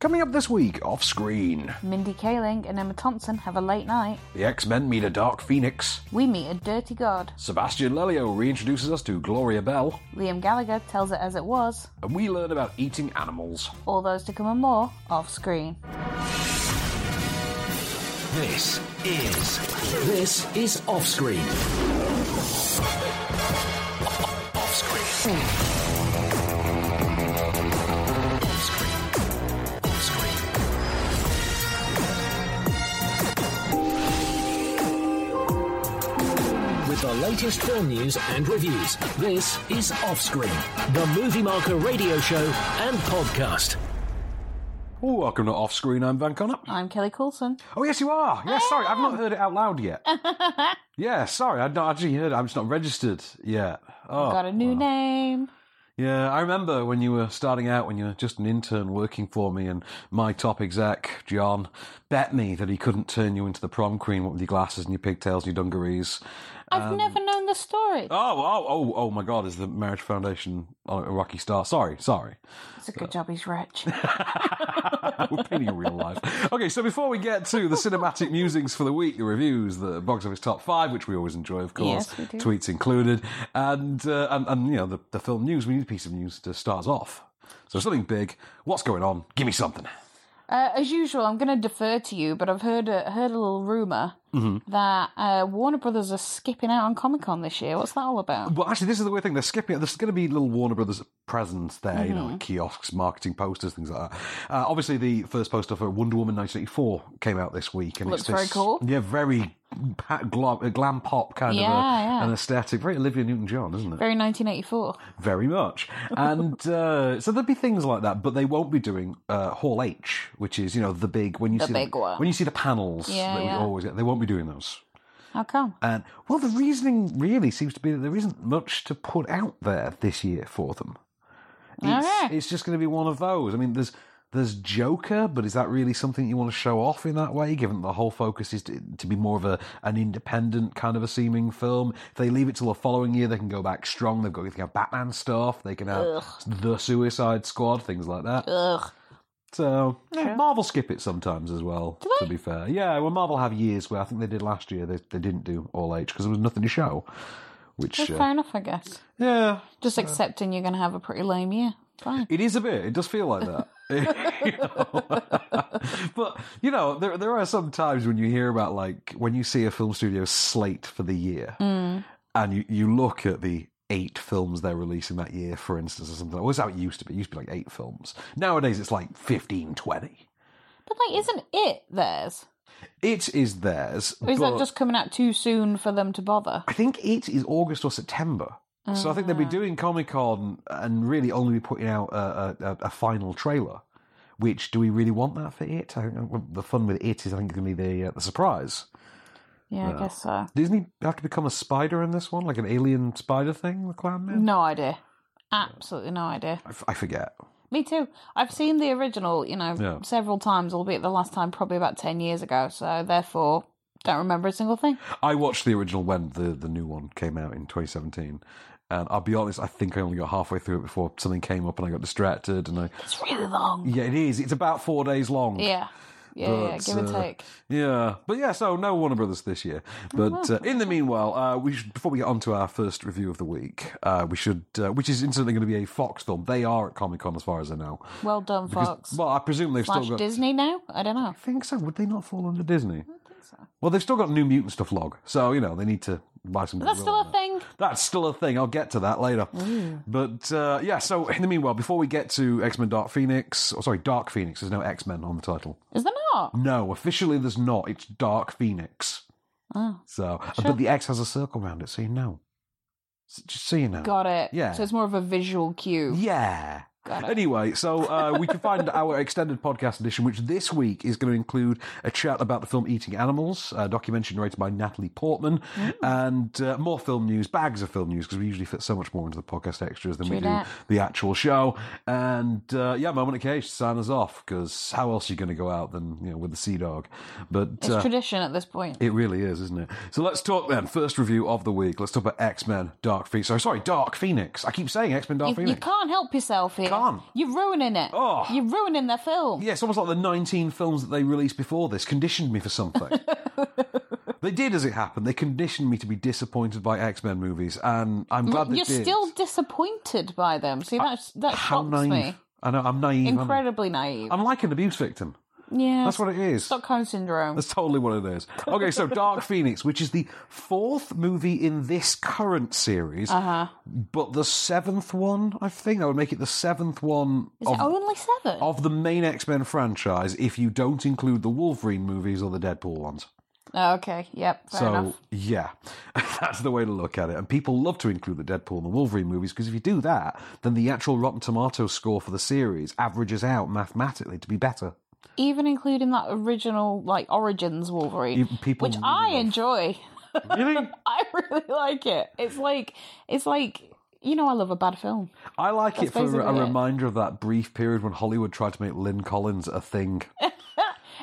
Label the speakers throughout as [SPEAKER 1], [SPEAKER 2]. [SPEAKER 1] Coming up this week, off screen,
[SPEAKER 2] Mindy Kaling and Emma Thompson have a late night.
[SPEAKER 1] the X Men meet a Dark Phoenix,
[SPEAKER 2] We meet a dirty god.
[SPEAKER 1] Sebastian Lelio reintroduces us to Gloria Bell,
[SPEAKER 2] Liam Gallagher tells it as it was.
[SPEAKER 1] and we learn about eating animals.
[SPEAKER 2] All those to come and more off screen.
[SPEAKER 3] This is this is off screen. Off screen. Off screen. Off screen. With the latest film news and reviews, this is Off Screen, the Movie Marker radio show and podcast.
[SPEAKER 1] Welcome to Off Screen, I'm Van Connor.
[SPEAKER 2] I'm Kelly Coulson.
[SPEAKER 1] Oh, yes, you are. Yes, sorry, I've not heard it out loud yet. yeah, sorry, I've not actually heard it. I'm just not registered yet. Oh,
[SPEAKER 2] Got a new name.
[SPEAKER 1] Yeah, I remember when you were starting out, when you were just an intern working for me, and my top exec, John, bet me that he couldn't turn you into the prom queen with your glasses and your pigtails and your dungarees.
[SPEAKER 2] I've never known the story.
[SPEAKER 1] Um, Oh, oh, oh, oh my God, is the Marriage Foundation a rocky star? Sorry, sorry.
[SPEAKER 2] It's a good job he's rich.
[SPEAKER 1] We're painting a real life. Okay, so before we get to the cinematic musings for the week, the reviews, the box office top five, which we always enjoy, of course,
[SPEAKER 2] Yes, we do.
[SPEAKER 1] tweets included, and, uh, and and you know the, the film news. We need a piece of news to start us off. So something big. What's going on? Give me something.
[SPEAKER 2] Uh, as usual, I'm going to defer to you, but I've heard a, heard a little rumor
[SPEAKER 1] Mm-hmm.
[SPEAKER 2] that uh, Warner Brothers are skipping out on Comic Con this year. What's that all about?
[SPEAKER 1] Well, actually, this is the weird thing. They're skipping. There's going to be little Warner Brothers presence there, you
[SPEAKER 2] Mm-hmm.
[SPEAKER 1] know, like kiosks, marketing posters, things like that. Uh, obviously, the first poster for Wonder Woman 1984 came out this week, and it's
[SPEAKER 2] Looks very
[SPEAKER 1] this-
[SPEAKER 2] cool.
[SPEAKER 1] Yeah, very pa- glam, uh, glam pop kind of a,
[SPEAKER 2] Yeah, yeah.
[SPEAKER 1] an aesthetic. Very Olivia Newton-John, isn't it?
[SPEAKER 2] Very 1984.
[SPEAKER 1] Very much. And uh, so there'll be things like that, but they won't be doing uh, Hall H, which is you know the big when you
[SPEAKER 2] The
[SPEAKER 1] see
[SPEAKER 2] big one.
[SPEAKER 1] when you see the panels
[SPEAKER 2] Yeah,
[SPEAKER 1] that we
[SPEAKER 2] yeah.
[SPEAKER 1] always get. They won't be doing those.
[SPEAKER 2] How come?
[SPEAKER 1] And well, the reasoning really seems to be that there isn't much to put out there this year for them. It's,
[SPEAKER 2] Alright.
[SPEAKER 1] it's just going to be one of those. I mean, there's there's Joker, but is that really something you want to show off in that way? Given the whole focus is to, to be more of a an independent kind of a seeming film. If they leave it till the following year, they can go back strong. They've got they can have Batman stuff. They can have the Suicide Squad, things like that.
[SPEAKER 2] Ugh.
[SPEAKER 1] So yeah, Marvel skip it sometimes as well. To be fair, yeah. Well, Marvel have years where I think they did last year. They they didn't do all H because there was nothing to show. Which uh,
[SPEAKER 2] Fair enough, I guess.
[SPEAKER 1] yeah,
[SPEAKER 2] Just accepting you're going to have a pretty lame year. Fine.
[SPEAKER 1] it is a bit. It does feel like that. You know? but you know, there there are some times when you hear about like when you see a film studio slate for the year,
[SPEAKER 2] Mm.
[SPEAKER 1] and you you look at the. Eight films they're releasing that year, for instance, or something. Well, that's how it used to be. It used to be like eight films. Nowadays, it's like 15, 20.
[SPEAKER 2] But, like, isn't it theirs?
[SPEAKER 1] It is theirs.
[SPEAKER 2] Or is
[SPEAKER 1] but-
[SPEAKER 2] that just coming out too soon for them to bother?
[SPEAKER 1] I think it is August or September. So I think they'll be doing Comic Con and really only be putting out a, a, a- a final trailer. Which do we really want that for it? I think uh, the fun with it is I think it's going to be the uh, the surprise.
[SPEAKER 2] Yeah, I guess uh, so.
[SPEAKER 1] Doesn't he have to become a spider in this one, like an alien spider thing? The clown man.
[SPEAKER 2] No idea. Absolutely no idea.
[SPEAKER 1] I, f- I forget.
[SPEAKER 2] Me too. I've seen the original, you know,
[SPEAKER 1] Yeah.
[SPEAKER 2] several times, albeit the last time probably about 10 years ago, so therefore don't remember a single thing.
[SPEAKER 1] I watched the original when the the new one came out in 2017, and I'll be honest, I think I only got halfway through it before something came up and I got distracted. And I
[SPEAKER 2] It's really long.
[SPEAKER 1] yeah, it is. It's about four days long.
[SPEAKER 2] Yeah. Yeah, yeah,
[SPEAKER 1] But,
[SPEAKER 2] give and
[SPEAKER 1] uh,
[SPEAKER 2] take.
[SPEAKER 1] Yeah, but yeah, so no Warner Brothers this year.
[SPEAKER 2] Oh,
[SPEAKER 1] But uh, in the meanwhile, uh, we should, before we get on to our first review of the week, uh, we should, uh, which is incidentally going to be a Fox film. They are at Comic Con, as far as I know.
[SPEAKER 2] Well done, Fox.
[SPEAKER 1] Well, I presume they've
[SPEAKER 2] Slash
[SPEAKER 1] still got.
[SPEAKER 2] Disney now? I don't know.
[SPEAKER 1] I think so. Would they not fall under Disney? Well, they've still got New Mutants to flog, so you know they need to buy some.
[SPEAKER 2] That's
[SPEAKER 1] goodwill
[SPEAKER 2] still
[SPEAKER 1] on
[SPEAKER 2] a
[SPEAKER 1] that.
[SPEAKER 2] thing.
[SPEAKER 1] That's still a thing. I'll get to that later. But uh, yeah, so in the meanwhile, before we get to X Men Dark Phoenix, or sorry, Dark Phoenix, there's no X Men on the title.
[SPEAKER 2] Is there not?
[SPEAKER 1] No, officially there's not. It's Dark Phoenix.
[SPEAKER 2] Oh.
[SPEAKER 1] So, but the X has a circle around it, so you know. S- Just so you know.
[SPEAKER 2] Got it.
[SPEAKER 1] Yeah.
[SPEAKER 2] So it's more of a visual cue.
[SPEAKER 1] Yeah.
[SPEAKER 2] Got it.
[SPEAKER 1] Anyway, so uh, we can find our extended podcast edition, which this week is going to include a chat about the film Eating Animals, a documentary narrated by Natalie Portman, and uh, more film news, bags of film news, because we usually fit so much more into the podcast extras than we
[SPEAKER 2] True
[SPEAKER 1] do
[SPEAKER 2] that.
[SPEAKER 1] the actual show. And uh, yeah, moment of cage to sign us off, because how else are you going to go out than you know with the sea dog? But
[SPEAKER 2] It's tradition at this point.
[SPEAKER 1] It really is, isn't it? So let's talk then. First review of the week. Let's talk about X Men Dark Phoenix. Sorry, sorry, Dark Phoenix. I keep saying X Men Dark
[SPEAKER 2] You, you
[SPEAKER 1] Phoenix.
[SPEAKER 2] can't help yourself here.
[SPEAKER 1] can't.
[SPEAKER 2] You're ruining it.
[SPEAKER 1] Oh.
[SPEAKER 2] You're ruining their film.
[SPEAKER 1] Yeah, it's almost like the 19 films that they released before this conditioned me for something. they did, as it happened. They conditioned me to be disappointed by X Men movies, and I'm glad they
[SPEAKER 2] You're
[SPEAKER 1] did.
[SPEAKER 2] still disappointed by them. See, that's that
[SPEAKER 1] How
[SPEAKER 2] shocks
[SPEAKER 1] naive.
[SPEAKER 2] me.
[SPEAKER 1] I know, I'm naive. aren't I?
[SPEAKER 2] Incredibly naive.
[SPEAKER 1] I'm like an abuse victim.
[SPEAKER 2] yeah,
[SPEAKER 1] That's what it is.
[SPEAKER 2] Stockholm syndrome.
[SPEAKER 1] That's totally what it is. Okay, so Dark Phoenix, which is the fourth movie in this current series, uh-huh. but the seventh one, I think. That would make it the seventh one
[SPEAKER 2] Is
[SPEAKER 1] of,
[SPEAKER 2] it only seven?
[SPEAKER 1] of the main X Men franchise if you don't include the Wolverine movies or the Deadpool ones.
[SPEAKER 2] Oh, okay. Yep. Fair
[SPEAKER 1] so,
[SPEAKER 2] enough.
[SPEAKER 1] yeah, that's the way to look at it. And people love to include the Deadpool and the Wolverine movies because if you do that, then the actual Rotten Tomatoes score for the series averages out mathematically to be better.
[SPEAKER 2] Even including that original, like Origins Wolverine,
[SPEAKER 1] Even people
[SPEAKER 2] which
[SPEAKER 1] really
[SPEAKER 2] I
[SPEAKER 1] love-
[SPEAKER 2] enjoy.
[SPEAKER 1] Really?
[SPEAKER 2] I really like it. It's like it's like you know I love a bad film.
[SPEAKER 1] I like it for a
[SPEAKER 2] basically it.
[SPEAKER 1] reminder of that brief period when Hollywood tried to make Lynn Collins a thing.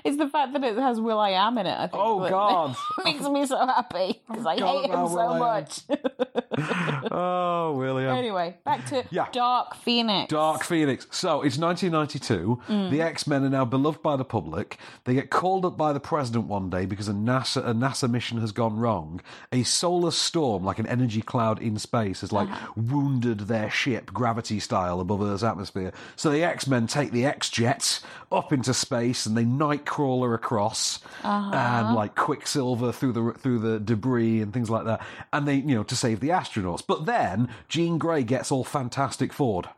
[SPEAKER 2] It's the fact that it has Will I Am in it. I think.
[SPEAKER 1] Oh,
[SPEAKER 2] that
[SPEAKER 1] God.
[SPEAKER 2] makes me so happy because I
[SPEAKER 1] forgot
[SPEAKER 2] hate him
[SPEAKER 1] about
[SPEAKER 2] so
[SPEAKER 1] Will.i.am.
[SPEAKER 2] much.
[SPEAKER 1] oh, William.
[SPEAKER 2] anyway, back to
[SPEAKER 1] Yeah.
[SPEAKER 2] Dark Phoenix.
[SPEAKER 1] Dark Phoenix. So it's 1992. The X Men are now beloved by the public. They get called up by the president one day because a NASA a NASA mission has gone wrong. A solar storm, like an energy cloud in space, has like wounded their ship gravity style above Earth's atmosphere. So the X Men take the X jets up into space and they Nightcrawler across and like Quicksilver through the through the debris and things like that. And they you know to save the astronauts. But then Jean Grey gets all Fantastic Ford.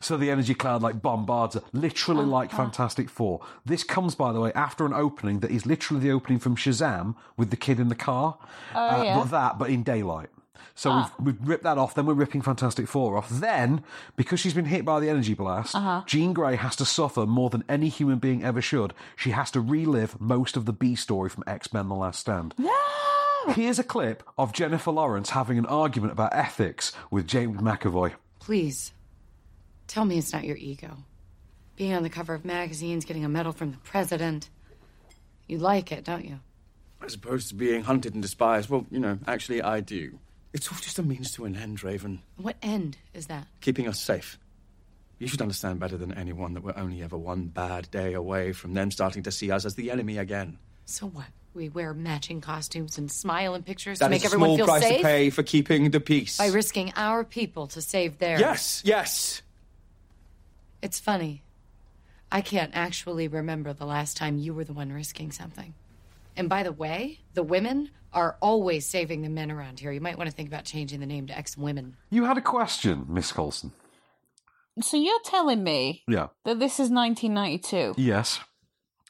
[SPEAKER 1] So the energy cloud like bombards her, literally like Fantastic Four. This comes, by the way, after an opening that is literally the opening from Shazam with the kid in the car. uh,
[SPEAKER 2] yeah.
[SPEAKER 1] But that, but in daylight. So we've, we've ripped that off, then we're ripping Fantastic Four off. Then, because she's been hit by the energy blast, Jean Grey has to suffer more than any human being ever should. She has to relive most of the B story from X Men The Last Stand. Here's a clip of Jennifer Lawrence having an argument about ethics with James McAvoy.
[SPEAKER 4] Please, tell me it's not your ego. Being on the cover of magazines, getting a medal from the president. You like it, don't you?
[SPEAKER 5] As opposed to being hunted and despised, well, you know, actually, I do. It's all just a means to an end, Raven.
[SPEAKER 4] What end is that?
[SPEAKER 5] Keeping us safe. You should understand better than anyone that we're only ever one bad day away from them starting to see us as the enemy again.
[SPEAKER 4] So what? We wear matching costumes and smile in pictures
[SPEAKER 5] That
[SPEAKER 4] to
[SPEAKER 5] is
[SPEAKER 4] make
[SPEAKER 5] a
[SPEAKER 4] everyone
[SPEAKER 5] small
[SPEAKER 4] feel
[SPEAKER 5] price
[SPEAKER 4] safe
[SPEAKER 5] to pay for keeping the peace.
[SPEAKER 4] by risking our people to save theirs.
[SPEAKER 5] yes, yes.
[SPEAKER 4] It's funny. I can't actually remember the last time you were the one risking something. And by the way, the women are always saving the men around here. You might want to think about changing the name to ex women.
[SPEAKER 1] You had a question, Miss Colson.
[SPEAKER 2] So you're telling me
[SPEAKER 1] Yeah.
[SPEAKER 2] that this is 1992,
[SPEAKER 1] Yes.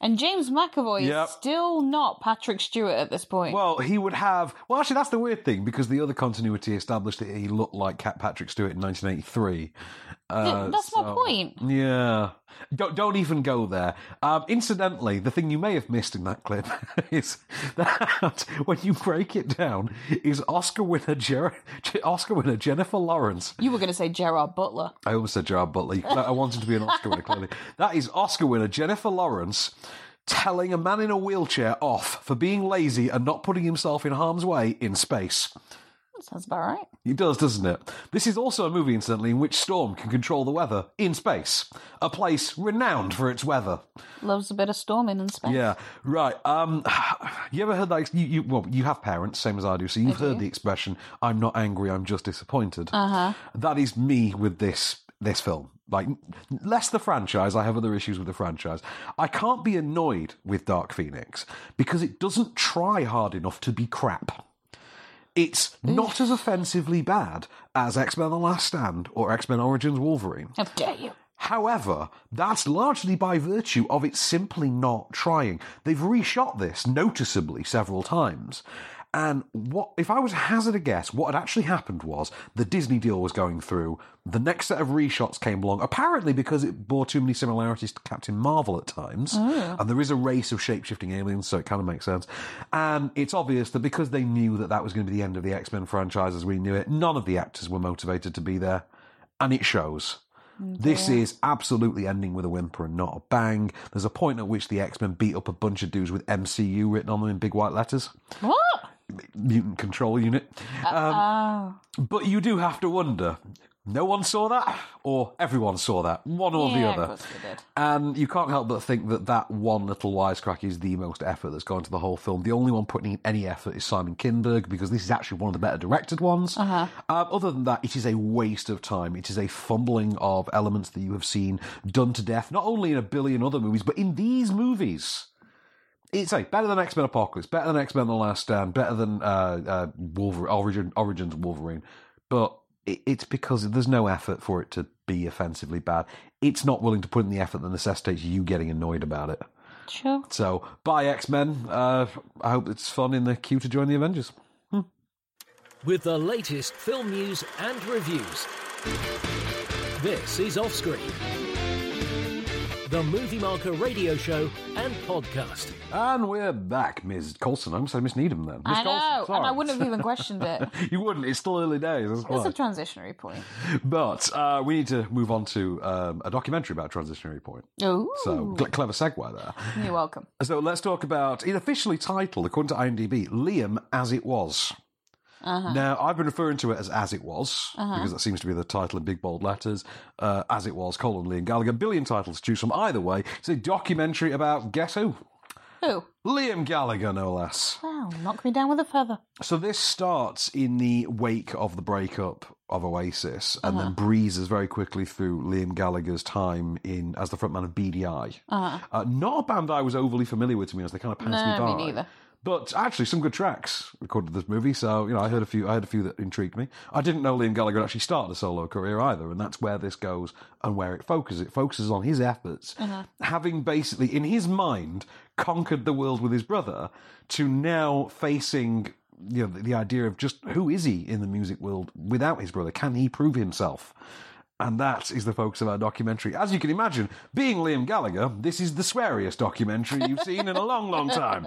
[SPEAKER 2] and James McAvoy
[SPEAKER 1] Yep.
[SPEAKER 2] is still not Patrick Stewart at this point.
[SPEAKER 1] Well, he would have. Well, actually, that's the weird thing because the other continuity established that he looked like Cat Patrick Stewart in 1983.
[SPEAKER 2] Th-
[SPEAKER 1] Uh,
[SPEAKER 2] that's my
[SPEAKER 1] so-
[SPEAKER 2] point.
[SPEAKER 1] Yeah. Don't don't even go there. Um, incidentally, the thing you may have missed in that clip is that when you break it down, is Oscar winner Jer- Oscar winner Jennifer Lawrence
[SPEAKER 2] You were going to say Gerard Butler.
[SPEAKER 1] I almost said Gerard Butler. You- I want him to be an Oscar winner, clearly. That is Oscar winner Jennifer Lawrence telling a man in a wheelchair off for being lazy and not putting himself in harm's way in space.
[SPEAKER 2] That sounds about right.
[SPEAKER 1] It does, doesn't it? This is also a movie, incidentally, in which Storm can control the weather in space, a place renowned for its weather.
[SPEAKER 2] Loves a bit of storming and space.
[SPEAKER 1] Yeah, right. Um, you ever heard that? ex- You, you well, you have parents, same as I do, so you've heard the expression "I'm not angry, I'm just disappointed." Uh-huh. is me with this this film. Like, less the franchise. I have other issues with the franchise. I can't be annoyed with Dark Phoenix because it doesn't try hard enough to be crap. It's not as offensively bad as X Men: The Last Stand or X Men Origins Wolverine.
[SPEAKER 2] How dare you?
[SPEAKER 1] However, that's largely by virtue of it simply not trying. They've reshot this noticeably several times. And what if I was to hazard a guess, what had actually happened was the Disney deal was going through, the next set of reshots came along, apparently because it bore too many similarities to Captain Marvel at times. And there is a race of shape shifting aliens, so it kind of makes sense. And it's obvious that because they knew that that was going to be the end of the X Men franchise as we knew it, none of the actors were motivated to be there. And it shows. This is absolutely ending with a whimper and not a bang. There's a point at which the X Men beat up a bunch of dudes with MCU written on them in big white letters.
[SPEAKER 2] What?
[SPEAKER 1] Mutant Control Unit. Um, But you do have to wonder no one saw that, or everyone saw that, one or the
[SPEAKER 2] Yeah, of
[SPEAKER 1] other.
[SPEAKER 2] course they did.
[SPEAKER 1] And you can't help but think that that one little wisecrack is the most effort that's gone into the whole film. The only one putting in any effort is Simon Kinberg because this is actually one of the better directed ones. Uh-huh. Um, other than that, it is a waste of time. It is a fumbling of elements that you have seen done to death, not only in a billion other movies, but in these movies. It's like better than X Men Apocalypse, better than X Men The Last Stand, better than uh, uh, Wolverine, Origin, Origins Wolverine. But it, it's because there's no effort for it to be offensively bad. It's not willing to put in the effort that necessitates you getting annoyed about it.
[SPEAKER 2] Sure.
[SPEAKER 1] So, bye X Men. Uh, I hope it's fun in the queue to join the Avengers.
[SPEAKER 3] with the latest film news and reviews. This is Offscreen, the Movie Marker radio show and podcast.
[SPEAKER 1] And we're back, Ms. Colson. I almost said Miss Needham then. Miss
[SPEAKER 2] I know,
[SPEAKER 1] Coulson,
[SPEAKER 2] and I
[SPEAKER 1] sorry.
[SPEAKER 2] wouldn't have even questioned it.
[SPEAKER 1] You wouldn't. It's still early days. That's
[SPEAKER 2] That's
[SPEAKER 1] why.
[SPEAKER 2] a transitionary point.
[SPEAKER 1] But uh, we need to move on to um, a documentary about transitionary point.
[SPEAKER 2] Ooh,
[SPEAKER 1] So cle clever segue there.
[SPEAKER 2] you're welcome.
[SPEAKER 1] So let's talk about it. Officially titled, according to IMDb, Liam as it was.
[SPEAKER 2] Uh-huh.
[SPEAKER 1] Now I've been referring to it as as it was because that seems to be the title in big bold letters. Uh, as it was, colon Liam Gallagher. Billion titles to choose from. Either way, it's a documentary about guess who?
[SPEAKER 2] Who?
[SPEAKER 1] Liam Gallagher, no less.
[SPEAKER 2] Wow, knock me down with a feather.
[SPEAKER 1] So this starts in the wake of the breakup of Oasis, and
[SPEAKER 2] Uh-huh.
[SPEAKER 1] then breezes very quickly through Liam Gallagher's time in as the frontman of BDI. uh not a band I was overly familiar with, to be honest. They kind of passed me
[SPEAKER 2] Uh-huh. No,
[SPEAKER 1] by.
[SPEAKER 2] me neither.
[SPEAKER 1] But actually, some good tracks recorded this movie. So you know, I heard a few. I heard a few that intrigued me. I didn't know Liam Gallagher had actually started a solo career either, and that's where this goes and where it focuses. It focuses on his efforts, having basically in his mind conquered the world with his brother, to now facing you know the, the idea of just who is he in the music world without his brother? Can he prove himself? And that is the focus of our documentary. As you can imagine, being Liam Gallagher, this is the sweariest documentary you've seen in a long, long time.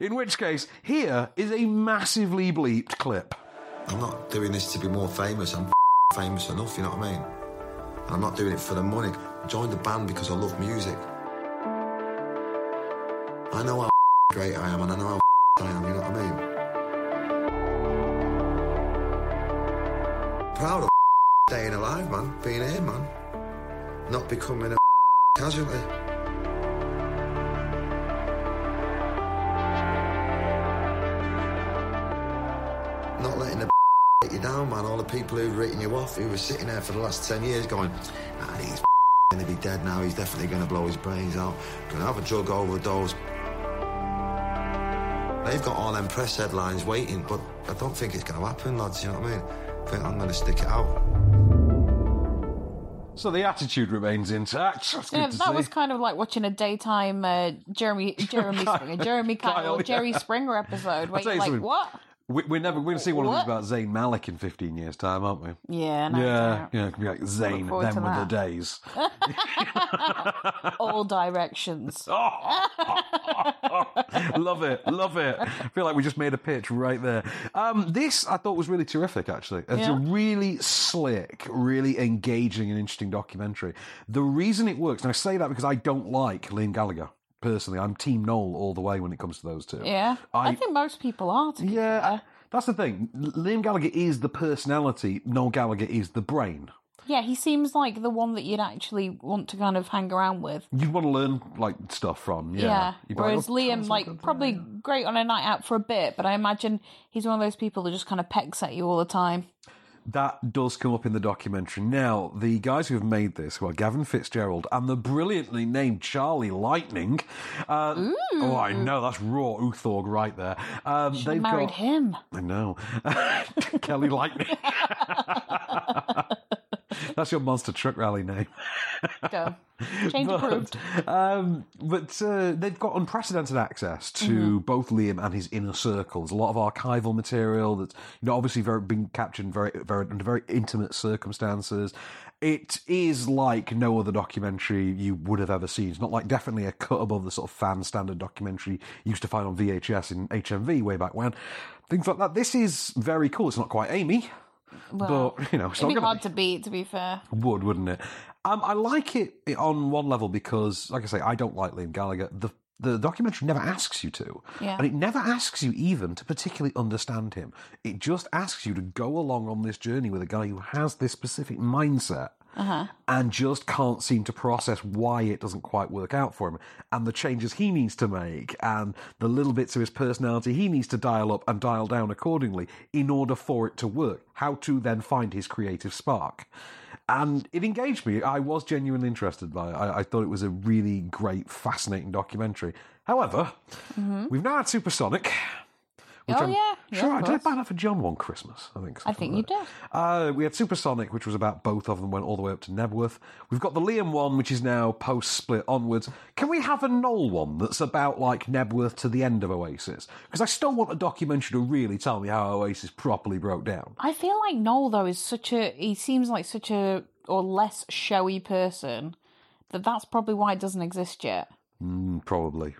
[SPEAKER 1] In which case, here is a massively bleeped clip.
[SPEAKER 6] I'm not doing this to be more famous. I'm famous enough, you know what I mean? And I'm not doing it for the money. I joined the band because I love music. I know how great I am and I know how I am, you know what I mean? Proud of staying alive, man. Being here, man. Not becoming a casualty. Not letting the let you down, man. All the people who'd written you off, who were sitting there for the last 10 years going, ah, he's going to be dead now. He's definitely going to blow his brains out. Going to have a drug overdose. They've got all them press headlines waiting, but I don't think it's going to happen, lads. You know what I mean? I think I'm going to stick it out.
[SPEAKER 1] So the attitude remains intact. That's good
[SPEAKER 2] Yeah,
[SPEAKER 1] to
[SPEAKER 2] that
[SPEAKER 1] see.
[SPEAKER 2] was kind of like watching a daytime uh, Jeremy Jeremy Springer, Jeremy Kyle,
[SPEAKER 1] Kyle, yeah.
[SPEAKER 2] Jerry Springer episode. Where
[SPEAKER 1] tell
[SPEAKER 2] you're
[SPEAKER 1] you
[SPEAKER 2] like,
[SPEAKER 1] something.
[SPEAKER 2] what?
[SPEAKER 1] we, we're never going to see one of these
[SPEAKER 2] What?
[SPEAKER 1] about Zayn Malik in 15 years' time, aren't we?
[SPEAKER 2] Yeah, no,
[SPEAKER 1] Yeah,
[SPEAKER 2] doubt.
[SPEAKER 1] yeah, it could be like Zayn,
[SPEAKER 2] forward
[SPEAKER 1] them
[SPEAKER 2] to
[SPEAKER 1] with the
[SPEAKER 2] that.
[SPEAKER 1] days.
[SPEAKER 2] all directions.
[SPEAKER 1] Oh, love it, love it. I feel like we just made a pitch right there. Um, this I thought was really terrific, actually. It's a
[SPEAKER 2] Yeah.
[SPEAKER 1] really slick, really engaging and interesting documentary. The reason it works, and I say that because I don't like Liam Gallagher personally. I'm Team Noel all the way when it comes to those two.
[SPEAKER 2] yeah, I,
[SPEAKER 1] I-
[SPEAKER 2] think most people are. To be
[SPEAKER 1] yeah.
[SPEAKER 2] fair.
[SPEAKER 1] that's the thing. L- Liam Gallagher is the personality. Noel Gallagher is the brain.
[SPEAKER 2] yeah, he seems like the one that you'd actually want to kind of hang around with.
[SPEAKER 1] You want to learn like stuff from. Yeah.
[SPEAKER 2] Yeah.
[SPEAKER 1] You'd be like,
[SPEAKER 2] Whereas
[SPEAKER 1] "Oh,
[SPEAKER 2] Liam,
[SPEAKER 1] that's
[SPEAKER 2] like,
[SPEAKER 1] good."
[SPEAKER 2] probably great on a night out for a bit, but I imagine he's one of those people that just kind of pecks at you all the time.
[SPEAKER 1] That does come up in the documentary. Now, the guys who have made this, who are Gavin Fitzgerald and the brilliantly named Charlie Lightning. Uh, oh, I know, that's raw Uthorg right there. Um, they've
[SPEAKER 2] Married
[SPEAKER 1] got,
[SPEAKER 2] him.
[SPEAKER 1] I know. Kelly Lightning. that's your monster truck rally name.
[SPEAKER 2] Go. Change approved.
[SPEAKER 1] Um, but uh, they've got unprecedented access to both Liam and his inner circle. There's a lot of archival material that's you know obviously very been captured in very very under very intimate circumstances. It is like no other documentary you would have ever seen. It's not like definitely a cut above the sort of fan standard documentary you used to find on VHS in HMV way back when. Things like that. This is very cool. It's not quite Amy,
[SPEAKER 2] Well,
[SPEAKER 1] but you know, it's
[SPEAKER 2] it'd
[SPEAKER 1] not
[SPEAKER 2] be
[SPEAKER 1] gonna
[SPEAKER 2] hard to beat, to be fair.
[SPEAKER 1] would, wouldn't it? Um, I like it on one level because, like I say, I don't like Liam Gallagher. The the documentary never asks you to.
[SPEAKER 2] Yeah.
[SPEAKER 1] And it never asks you even to particularly understand him. It just asks you to go along on this journey with a guy who has this specific mindset and just can't seem to process why it doesn't quite work out for him and the changes he needs to make and the little bits of his personality he needs to dial up and dial down accordingly in order for it to work. How to then find his creative spark. And it engaged me. I was genuinely interested by it. I, I thought it was a really great, fascinating documentary. However, we've now had Supersonic. Which
[SPEAKER 2] Mm-hmm. Oh, yeah. Yeah,
[SPEAKER 1] Sure,
[SPEAKER 2] of
[SPEAKER 1] I did
[SPEAKER 2] course.
[SPEAKER 1] buy that for John one Christmas, I think.
[SPEAKER 2] I think you did.
[SPEAKER 1] Uh, we had Supersonic, which was about both of them, went all the way up to Nebworth. We've got the Liam one, which is now post split onwards. Can we have a Knoll one that's about like Nebworth to the end of Oasis? Because I still want a documentary to really tell me how Oasis properly broke down.
[SPEAKER 2] I feel like Noel though is such a he seems like such a or less showy person that that's probably why it doesn't exist yet.
[SPEAKER 1] Mm, probably.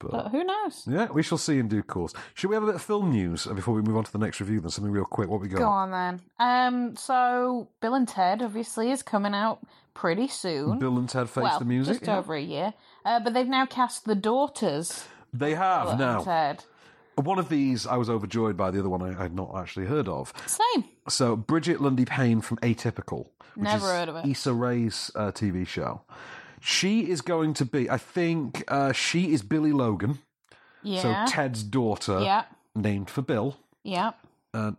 [SPEAKER 2] But who knows?
[SPEAKER 1] Yeah, we shall see in due course. Should we have a bit of film news uh, before we move on to the next review? Then something real quick. What we got?
[SPEAKER 2] Go on then. Um so Bill and Ted obviously is coming out pretty soon.
[SPEAKER 1] Bill and Ted face
[SPEAKER 2] well,
[SPEAKER 1] the music.
[SPEAKER 2] just
[SPEAKER 1] yeah.
[SPEAKER 2] over a year. Uh, but they've now cast the daughters
[SPEAKER 1] They
[SPEAKER 2] of
[SPEAKER 1] have
[SPEAKER 2] Bill and
[SPEAKER 1] now.
[SPEAKER 2] Ted.
[SPEAKER 1] One of these I was overjoyed by. The other one I had not actually heard of.
[SPEAKER 2] Same.
[SPEAKER 1] So Bridget Lundy Payne from Atypical, which
[SPEAKER 2] Never
[SPEAKER 1] is
[SPEAKER 2] heard of it.
[SPEAKER 1] Issa Rae's uh, TV show. She is going to be. I think uh, she is Billy Logan.
[SPEAKER 2] Yeah.
[SPEAKER 1] So Ted's daughter,
[SPEAKER 2] yeah.
[SPEAKER 1] named for Bill.
[SPEAKER 2] Yeah.
[SPEAKER 1] uh,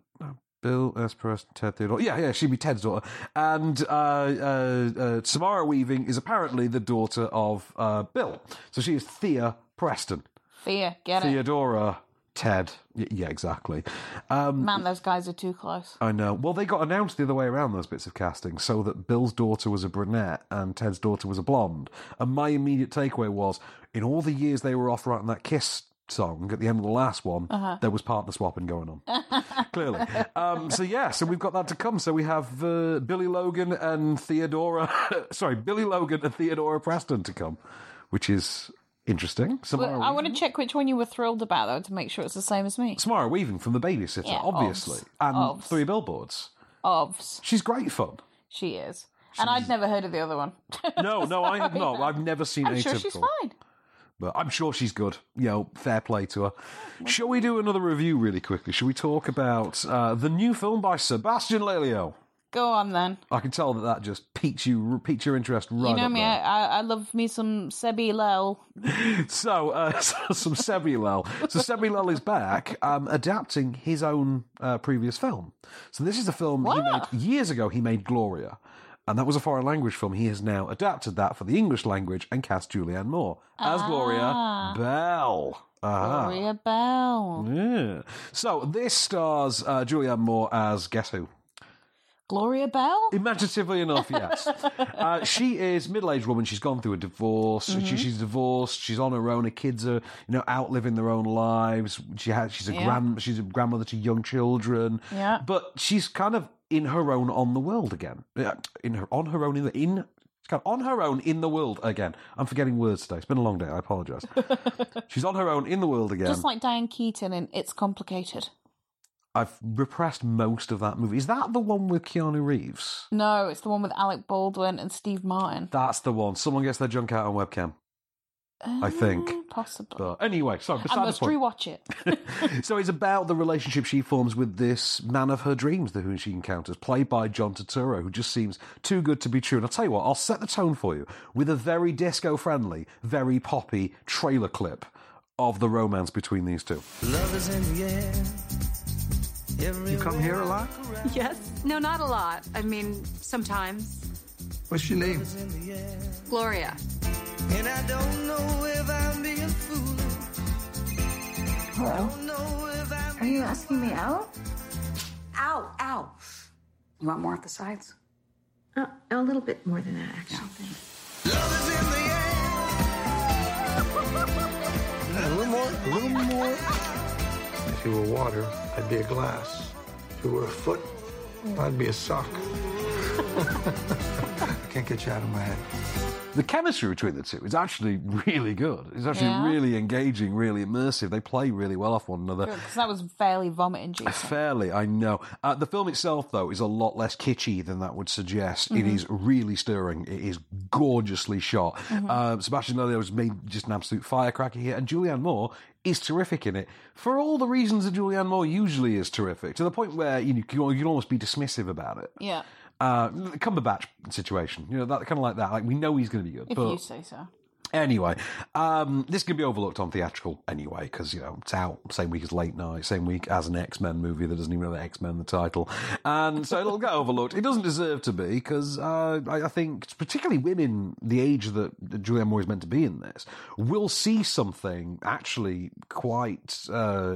[SPEAKER 1] Bill Esperous, Ted Theodore. Yeah, yeah, she'd be Ted's daughter. And uh, uh, uh, Samara Weaving is apparently the daughter of uh, Bill. So she is Thea Preston.
[SPEAKER 2] Fear, get it.
[SPEAKER 1] Theodora, Ted. Y- yeah, exactly. Um,
[SPEAKER 2] Man, those guys are too close.
[SPEAKER 1] I know. uh, Well, they got announced the other way around, those bits of casting, so that Bill's daughter was a brunette and Ted's daughter was a blonde. And my immediate takeaway was in all the years they were off writing that Kiss song at the end of the last one,
[SPEAKER 2] Uh-huh.
[SPEAKER 1] there was partner swapping going on clearly. Um, so yeah, so we've got that to come. So we have uh, Billy Logan and Theodora, sorry, Billy Logan and Theodora Preston to come, which is interesting. Samara,
[SPEAKER 2] Well, I
[SPEAKER 1] Weaving-
[SPEAKER 2] want to check which one you were thrilled about though to make sure it's the same as me.
[SPEAKER 1] Samara Weaving from The Babysitter,
[SPEAKER 2] Yeah,
[SPEAKER 1] obviously,
[SPEAKER 2] obs,
[SPEAKER 1] and
[SPEAKER 2] obs.
[SPEAKER 1] Three Billboards.
[SPEAKER 2] Ovs.
[SPEAKER 1] She's great fun.
[SPEAKER 2] She is. And I'd never heard of the other one.
[SPEAKER 1] No, no, I have not. I've never seen
[SPEAKER 2] I'm
[SPEAKER 1] Atypical,
[SPEAKER 2] sure she's fine.
[SPEAKER 1] but I'm sure she's good. You know, fair play to her. Shall we do another review really quickly? Shall we talk about uh, the new film by Sebastian Lelio?
[SPEAKER 2] Go on then.
[SPEAKER 1] I can tell that that just piques you, piques your interest right
[SPEAKER 2] you know
[SPEAKER 1] up
[SPEAKER 2] me,
[SPEAKER 1] there.
[SPEAKER 2] I, I, I love me some Sebi Lel.
[SPEAKER 1] So, uh, so some Sebilel. So Sebilel is back, um, adapting his own uh, previous film. So this is a film he made years ago. He made Gloria, and that was a foreign language film. He has now adapted that for the English language and cast Julianne Moore as Gloria Bell. Uh-huh.
[SPEAKER 2] Gloria
[SPEAKER 1] Mm.
[SPEAKER 2] Bell.
[SPEAKER 1] Yeah. So this stars uh, Julianne Moore as guess who?
[SPEAKER 2] Gloria Bell?
[SPEAKER 1] Imaginatively enough, yes. uh, she is middle-aged woman. She's gone through a divorce.
[SPEAKER 2] Mm-hmm.
[SPEAKER 1] She, she's divorced. She's on her own. Her kids are, you know, out living their own lives. She has. She's a
[SPEAKER 2] Yeah.
[SPEAKER 1] grand. She's a grandmother to young children.
[SPEAKER 2] Yeah.
[SPEAKER 1] But she's kind of in her own on the world again. Yeah, In her on her own in the in. she's kind of On her own in the world again. I'm forgetting words today. It's been a long day. I apologise. she's on her own in the world again.
[SPEAKER 2] Just like Diane Keaton in It's Complicated.
[SPEAKER 1] I've repressed most of that movie. Is that the one with Keanu Reeves?
[SPEAKER 2] No, it's the one with Alec Baldwin and Steve Martin.
[SPEAKER 1] That's the one. Someone gets their junk out on webcam. I think.
[SPEAKER 2] Uh, possibly.
[SPEAKER 1] But anyway, sorry,
[SPEAKER 2] I
[SPEAKER 1] beside the
[SPEAKER 2] must
[SPEAKER 1] point.
[SPEAKER 2] rewatch it.
[SPEAKER 1] so it's about the relationship she forms with this man of her dreams, the whom she encounters, played by John Turturro, who just seems too good to be true. And I'll tell you what, I'll set the tone for you with a very disco friendly, very poppy trailer clip of the romance between these two.
[SPEAKER 7] You come here a lot?
[SPEAKER 8] No, not a lot. I mean, sometimes.
[SPEAKER 7] What's your name?
[SPEAKER 8] Gloria.
[SPEAKER 7] And I don't know if I'm being foolish.
[SPEAKER 9] Are you asking me out? Ow, ow. You want more at the sides?
[SPEAKER 10] Uh, a little bit more than that, actually.
[SPEAKER 7] A little more, a little more. If you were water, I'd be a glass. If you were a foot, I'd be a sock. can't get you out of my head.
[SPEAKER 1] The chemistry between the two is actually really good. It's actually
[SPEAKER 2] Yeah.
[SPEAKER 1] really engaging, really immersive. They play really well off one another.
[SPEAKER 2] Because that was fairly vomit inducing.
[SPEAKER 1] Fairly, I know. Uh, the film itself, though, is a lot less kitschy than that would suggest. It
[SPEAKER 2] Mhm.
[SPEAKER 1] is really stirring. It is gorgeously shot.
[SPEAKER 2] Mhm.
[SPEAKER 1] Uh, Sebastian Lelio has made just an absolute firecracker here, and Julianne Moore is terrific in it for all the reasons that Julianne Moore usually is terrific, to the point where you know, you can almost be dismissive about it.
[SPEAKER 2] Yeah,
[SPEAKER 1] Uh, the Cumberbatch situation, you know, that kind of like that. Like we know he's going to be good,
[SPEAKER 2] if
[SPEAKER 1] but
[SPEAKER 2] you say so.
[SPEAKER 1] Anyway, um, this can be overlooked on theatrical anyway because you know it's out same week as Late Night, same week as an X Men movie that doesn't even have X Men the title, and so it'll get overlooked. It doesn't deserve to be because uh, I, I think particularly women, the age that, that Julianne Moore is meant to be in this, will see something actually quite. Uh,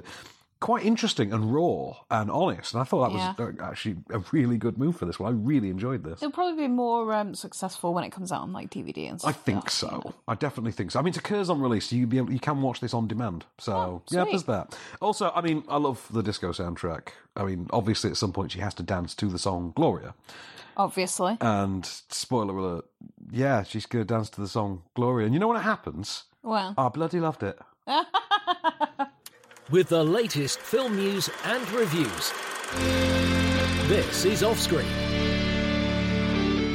[SPEAKER 1] Quite interesting and raw and honest, and I thought that was uh, actually a really good move for this one. I really enjoyed this.
[SPEAKER 2] It'll probably be more um, successful when it comes out on like DVD and
[SPEAKER 1] I
[SPEAKER 2] stuff.
[SPEAKER 1] think so. I definitely think so. I mean, it occurs on release, so you be able, you can watch this on demand. So yeah,
[SPEAKER 2] Oh, sweet.
[SPEAKER 1] there's that. Also, I mean, I love the disco soundtrack. I mean, obviously, at some point she has to dance to the song Gloria,
[SPEAKER 2] Obviously.
[SPEAKER 1] and spoiler alert, yeah, she's gonna dance to the song Gloria. And you know when it happens?
[SPEAKER 2] Well.
[SPEAKER 1] I bloody loved it.
[SPEAKER 3] With the latest film news and reviews. This is Offscreen,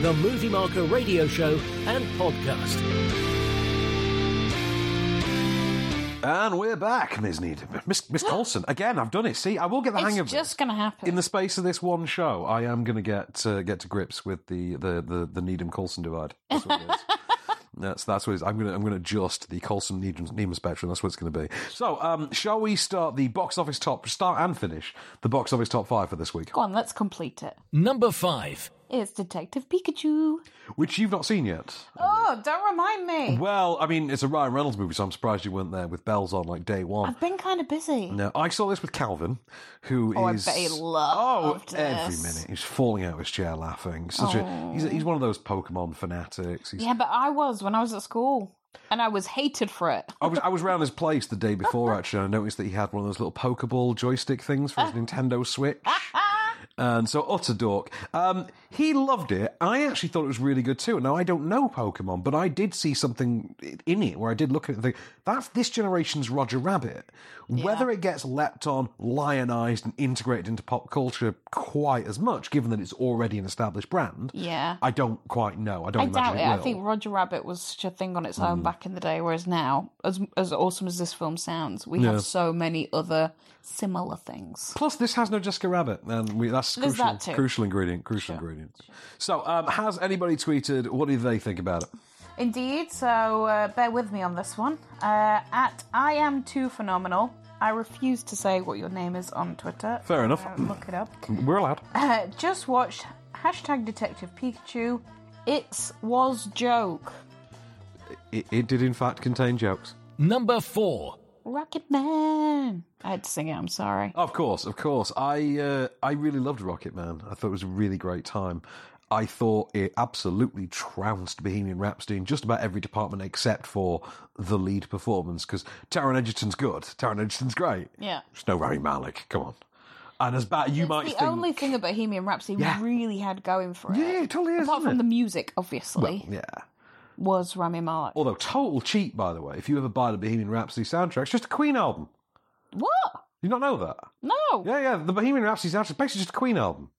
[SPEAKER 3] the Movie Marker radio show and podcast.
[SPEAKER 1] And we're back, Ms. Need, Miss Miss Colson. Again, I've done it. See, I will get the hang of
[SPEAKER 2] It's
[SPEAKER 1] it.
[SPEAKER 2] just going to happen.
[SPEAKER 1] in the space of this one show, I am going to get uh, get to grips with the the the, the Needham Colson divide. That's what it is. That's that's what it is. I'm gonna I'm gonna adjust the Colson Needham, Needham spectrum. That's what it's gonna be. So, um, shall we start the box office top start and finish the box office top five for this week,
[SPEAKER 2] Go on, let's complete it.
[SPEAKER 3] Number five.
[SPEAKER 2] It's Detective Pikachu.
[SPEAKER 1] which you've not seen yet.
[SPEAKER 2] Oh, don't remind me.
[SPEAKER 1] Well, I mean, it's a Ryan Reynolds movie, so I'm surprised you weren't there with bells on like day one.
[SPEAKER 2] I've been kind of busy.
[SPEAKER 1] No, I saw this with Calvin, who is
[SPEAKER 2] Oh, I bet he loved
[SPEAKER 1] oh every
[SPEAKER 2] this. Oh.
[SPEAKER 1] minute he's falling out of his chair laughing. Such a he's, he's one of those Pokemon fanatics. He's,
[SPEAKER 2] Yeah, but I was when I was at school, and I was hated for it.
[SPEAKER 1] I was I was around his place the day before actually, and I noticed that he had one of those little Pokeball joystick things for his
[SPEAKER 2] Ah.
[SPEAKER 1] Nintendo Switch. And so utter dork. Um, he loved it. I actually thought it was really good too. Now I don't know Pokemon, but I did see something in it where I did look at it and think that's this generation's Roger Rabbit. Whether it gets leapt on, lionized, and integrated into pop culture quite as much, given that it's already an established brand,
[SPEAKER 2] Yeah.
[SPEAKER 1] I don't quite know. I don't
[SPEAKER 2] I doubt
[SPEAKER 1] imagine
[SPEAKER 2] it.
[SPEAKER 1] it. Mm.
[SPEAKER 2] I
[SPEAKER 1] will.
[SPEAKER 2] think Roger Rabbit was such a thing on its own back in the day, whereas now, as as awesome as this film sounds, we
[SPEAKER 1] Yeah.
[SPEAKER 2] have so many other similar things.
[SPEAKER 1] Plus, this has no Jessica Rabbit, and we, that's
[SPEAKER 2] There's
[SPEAKER 1] crucial,
[SPEAKER 2] that too.
[SPEAKER 1] crucial ingredient. Crucial ingredient. So, um, has anybody tweeted? What do they think about it?
[SPEAKER 2] Indeed, so uh, bear with me on this one. Uh, at I am too phenomenal. I refuse to say what your name is on Twitter.
[SPEAKER 1] Fair enough.
[SPEAKER 2] Uh, look it up.
[SPEAKER 1] We're allowed.
[SPEAKER 2] Uh, just watched hashtag Detective Pikachu. It's was joke.
[SPEAKER 1] It, it did, in fact, contain jokes.
[SPEAKER 3] Number four.
[SPEAKER 2] Rocket Man. I had to sing it. I'm sorry.
[SPEAKER 1] Of course, of course. I uh, I really loved Rocket Man. I thought it was a really great time. I thought it absolutely trounced Bohemian Rhapsody in just about every department except for the lead performance because Taron Egerton's good. Taron Egerton's great.
[SPEAKER 2] Yeah.
[SPEAKER 1] It's no Rami Malik. Come on. And as bad you might
[SPEAKER 2] The
[SPEAKER 1] think.
[SPEAKER 2] only thing that Bohemian Rhapsody
[SPEAKER 1] Yeah.
[SPEAKER 2] really had going for it,
[SPEAKER 1] yeah, it totally is.
[SPEAKER 2] apart
[SPEAKER 1] isn't
[SPEAKER 2] from
[SPEAKER 1] it?
[SPEAKER 2] the music, obviously,
[SPEAKER 1] yeah.
[SPEAKER 2] was Rami Malek.
[SPEAKER 1] Although total cheat, by the way, if you ever buy the Bohemian Rhapsody soundtrack, it's just a Queen album.
[SPEAKER 2] What?
[SPEAKER 1] You not know that?
[SPEAKER 2] No.
[SPEAKER 1] Yeah, yeah. The Bohemian Rhapsody soundtrack is basically just a Queen album,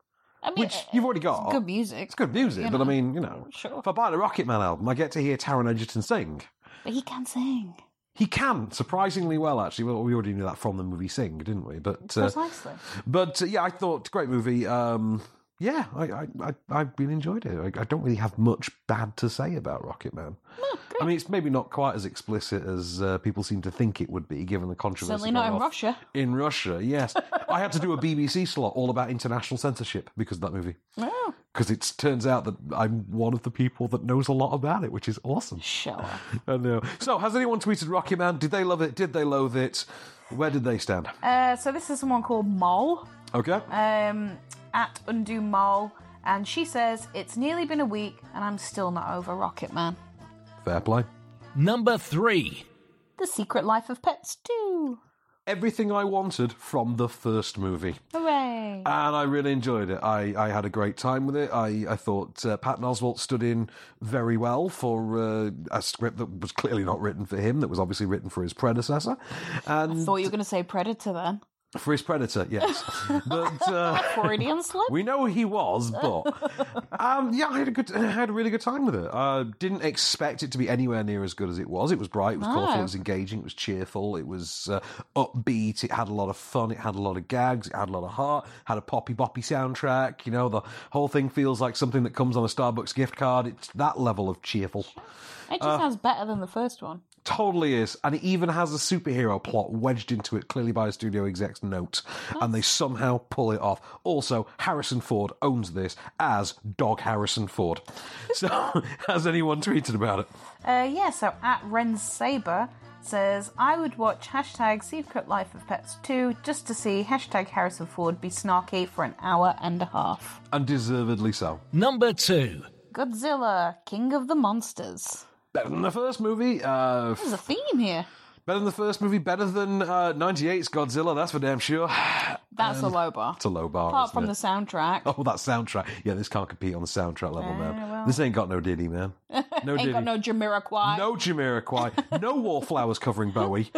[SPEAKER 2] I mean, uh,
[SPEAKER 1] which you've already got.
[SPEAKER 2] it's good music.
[SPEAKER 1] It's good music,
[SPEAKER 2] you
[SPEAKER 1] but I
[SPEAKER 2] know.
[SPEAKER 1] mean, you know,
[SPEAKER 2] Sure.
[SPEAKER 1] if I buy the Rocket Man album, I get to hear Taron Egerton sing.
[SPEAKER 2] But he can sing.
[SPEAKER 1] He can surprisingly well, actually. Well, we already knew that from the movie Sing, didn't we? But uh,
[SPEAKER 2] Precisely.
[SPEAKER 1] but uh, yeah, I thought great movie. Um, yeah, I, I, I I've really enjoyed it. I, I don't really have much bad to say about Rocket Man. I mean, it's maybe not quite as explicit as uh, people seem to think it would be, given the controversy.
[SPEAKER 2] Certainly not
[SPEAKER 1] going
[SPEAKER 2] in
[SPEAKER 1] off
[SPEAKER 2] Russia.
[SPEAKER 1] In Russia, yes. I had to do a BBC slot all about international censorship because of that movie.
[SPEAKER 2] Oh,
[SPEAKER 1] Because it turns out that I'm one of the people that knows a lot about it, which is awesome.
[SPEAKER 2] shall I?
[SPEAKER 1] I know. So, has anyone tweeted Rocket Man? Did they love it? Did they loathe it? Where did they stand?
[SPEAKER 2] Uh, so this is someone called Mole
[SPEAKER 1] Okay.
[SPEAKER 2] um, at Undo Mole, and she says it's nearly been a week, and I'm still not over Rocket Man.
[SPEAKER 1] Fair play.
[SPEAKER 3] Number three.
[SPEAKER 2] The Secret Life of Pets 2.
[SPEAKER 1] everything I wanted from the first movie.
[SPEAKER 2] Hooray!
[SPEAKER 1] And I really enjoyed it. I, I had a great time with it. I, I thought uh, Patton Oswalt stood in very well for uh, a script that was clearly not written for him, that was obviously written for his predecessor. And
[SPEAKER 2] Thought you were going to say Predator then.
[SPEAKER 1] for his predator, yes. but uh,
[SPEAKER 2] Freudian slip?
[SPEAKER 1] we know he was, but um, yeah, I had a good, I had a really good time with it. I didn't expect it to be anywhere near as good as it was. It was bright, it was
[SPEAKER 2] No.
[SPEAKER 1] colourful, it was engaging, it was cheerful, it was uh, upbeat, it had a lot of fun, it had a lot of gags, it had a lot of heart, had a poppy boppy soundtrack. You know, the whole thing feels like something that comes on a Starbucks gift card. It's that level of cheerful.
[SPEAKER 2] It just
[SPEAKER 1] uh,
[SPEAKER 2] sounds better than the first one.
[SPEAKER 1] Totally is. And it even has a superhero plot wedged into it, clearly by a studio exec's note. And they somehow pull it off. Also, Harrison Ford owns this as Dog Harrison Ford. So, has anyone tweeted about it?
[SPEAKER 2] Uh, yeah, so at Ren Saber says, I would watch hashtag Secret Life of Pets 2 just to see hashtag Harrison Ford be snarky for an hour and a half.
[SPEAKER 1] And deservedly so.
[SPEAKER 3] Number two.
[SPEAKER 2] Godzilla, King of the Monsters.
[SPEAKER 1] Better than the first movie. Uh, f-
[SPEAKER 2] There's a theme here.
[SPEAKER 1] better than the first movie. Better than uh, 98's Godzilla, that's for damn sure.
[SPEAKER 2] That's a low bar.
[SPEAKER 1] It's a low bar.
[SPEAKER 2] Apart
[SPEAKER 1] isn't
[SPEAKER 2] from
[SPEAKER 1] it?
[SPEAKER 2] the soundtrack.
[SPEAKER 1] Oh, that soundtrack. Yeah, this can't compete on the soundtrack level, man. This ain't got no diddy, man. No diddy.
[SPEAKER 2] Eh, Ain't got no Jamiroquai.
[SPEAKER 1] No Jamiroquai, no Wallflowers covering Bowie.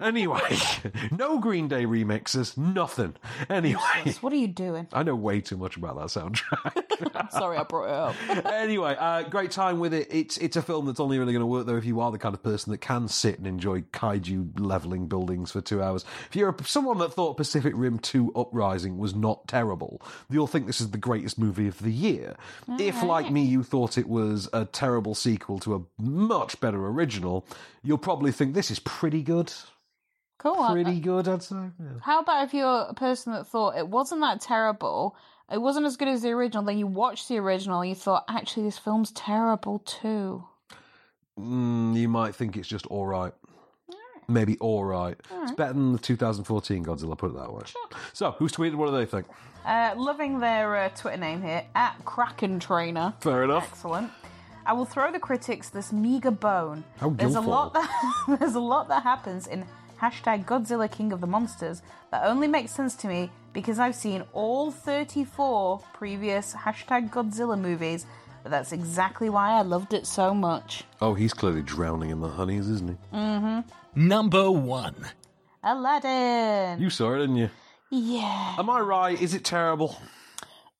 [SPEAKER 1] Anyway, no Green Day remixes, nothing. Anyway,
[SPEAKER 2] What are you doing?
[SPEAKER 1] I know way too much about that soundtrack.
[SPEAKER 2] I'm sorry I brought it up.
[SPEAKER 1] anyway, uh, great time with it. It's it's a film that's only really going to work though if you are the kind of person that can sit and enjoy kaiju leveling buildings for two hours. If you're a, someone that thought Pacific Rim Two Uprising was not terrible, you'll think this is the greatest movie of the year. if like me, you thought it was a terrible sequel to a much better original, you'll probably think this is pretty good.
[SPEAKER 2] Cool. I-
[SPEAKER 1] Pretty good, I'd say. Yeah.
[SPEAKER 2] How about if you're a person that thought it wasn't that terrible, it wasn't as good as the original, then you watched the original and you thought, actually, this film's terrible too.
[SPEAKER 1] Mm, you might think it's just all right. Maybe all right. It's better than the 2014 Godzilla, put it that way. So, who's tweeted? What do they think?
[SPEAKER 2] Uh, loving their uh, Twitter name here, at Kraken Trainer.
[SPEAKER 1] Fair enough.
[SPEAKER 2] Excellent. I will throw the critics this meager bone.
[SPEAKER 1] How
[SPEAKER 2] there's a
[SPEAKER 1] guileful.
[SPEAKER 2] lot that there's a lot that happens in hashtag Godzilla King of the Monsters that only makes sense to me because I've seen all 34 previous hashtag Godzilla movies, but that's exactly why I loved it so much.
[SPEAKER 1] Oh, he's clearly drowning in the honeys, isn't he?
[SPEAKER 3] Number one.
[SPEAKER 2] Aladdin.
[SPEAKER 1] You saw it, didn't you?
[SPEAKER 2] yeah,
[SPEAKER 1] Am I right? Is it terrible?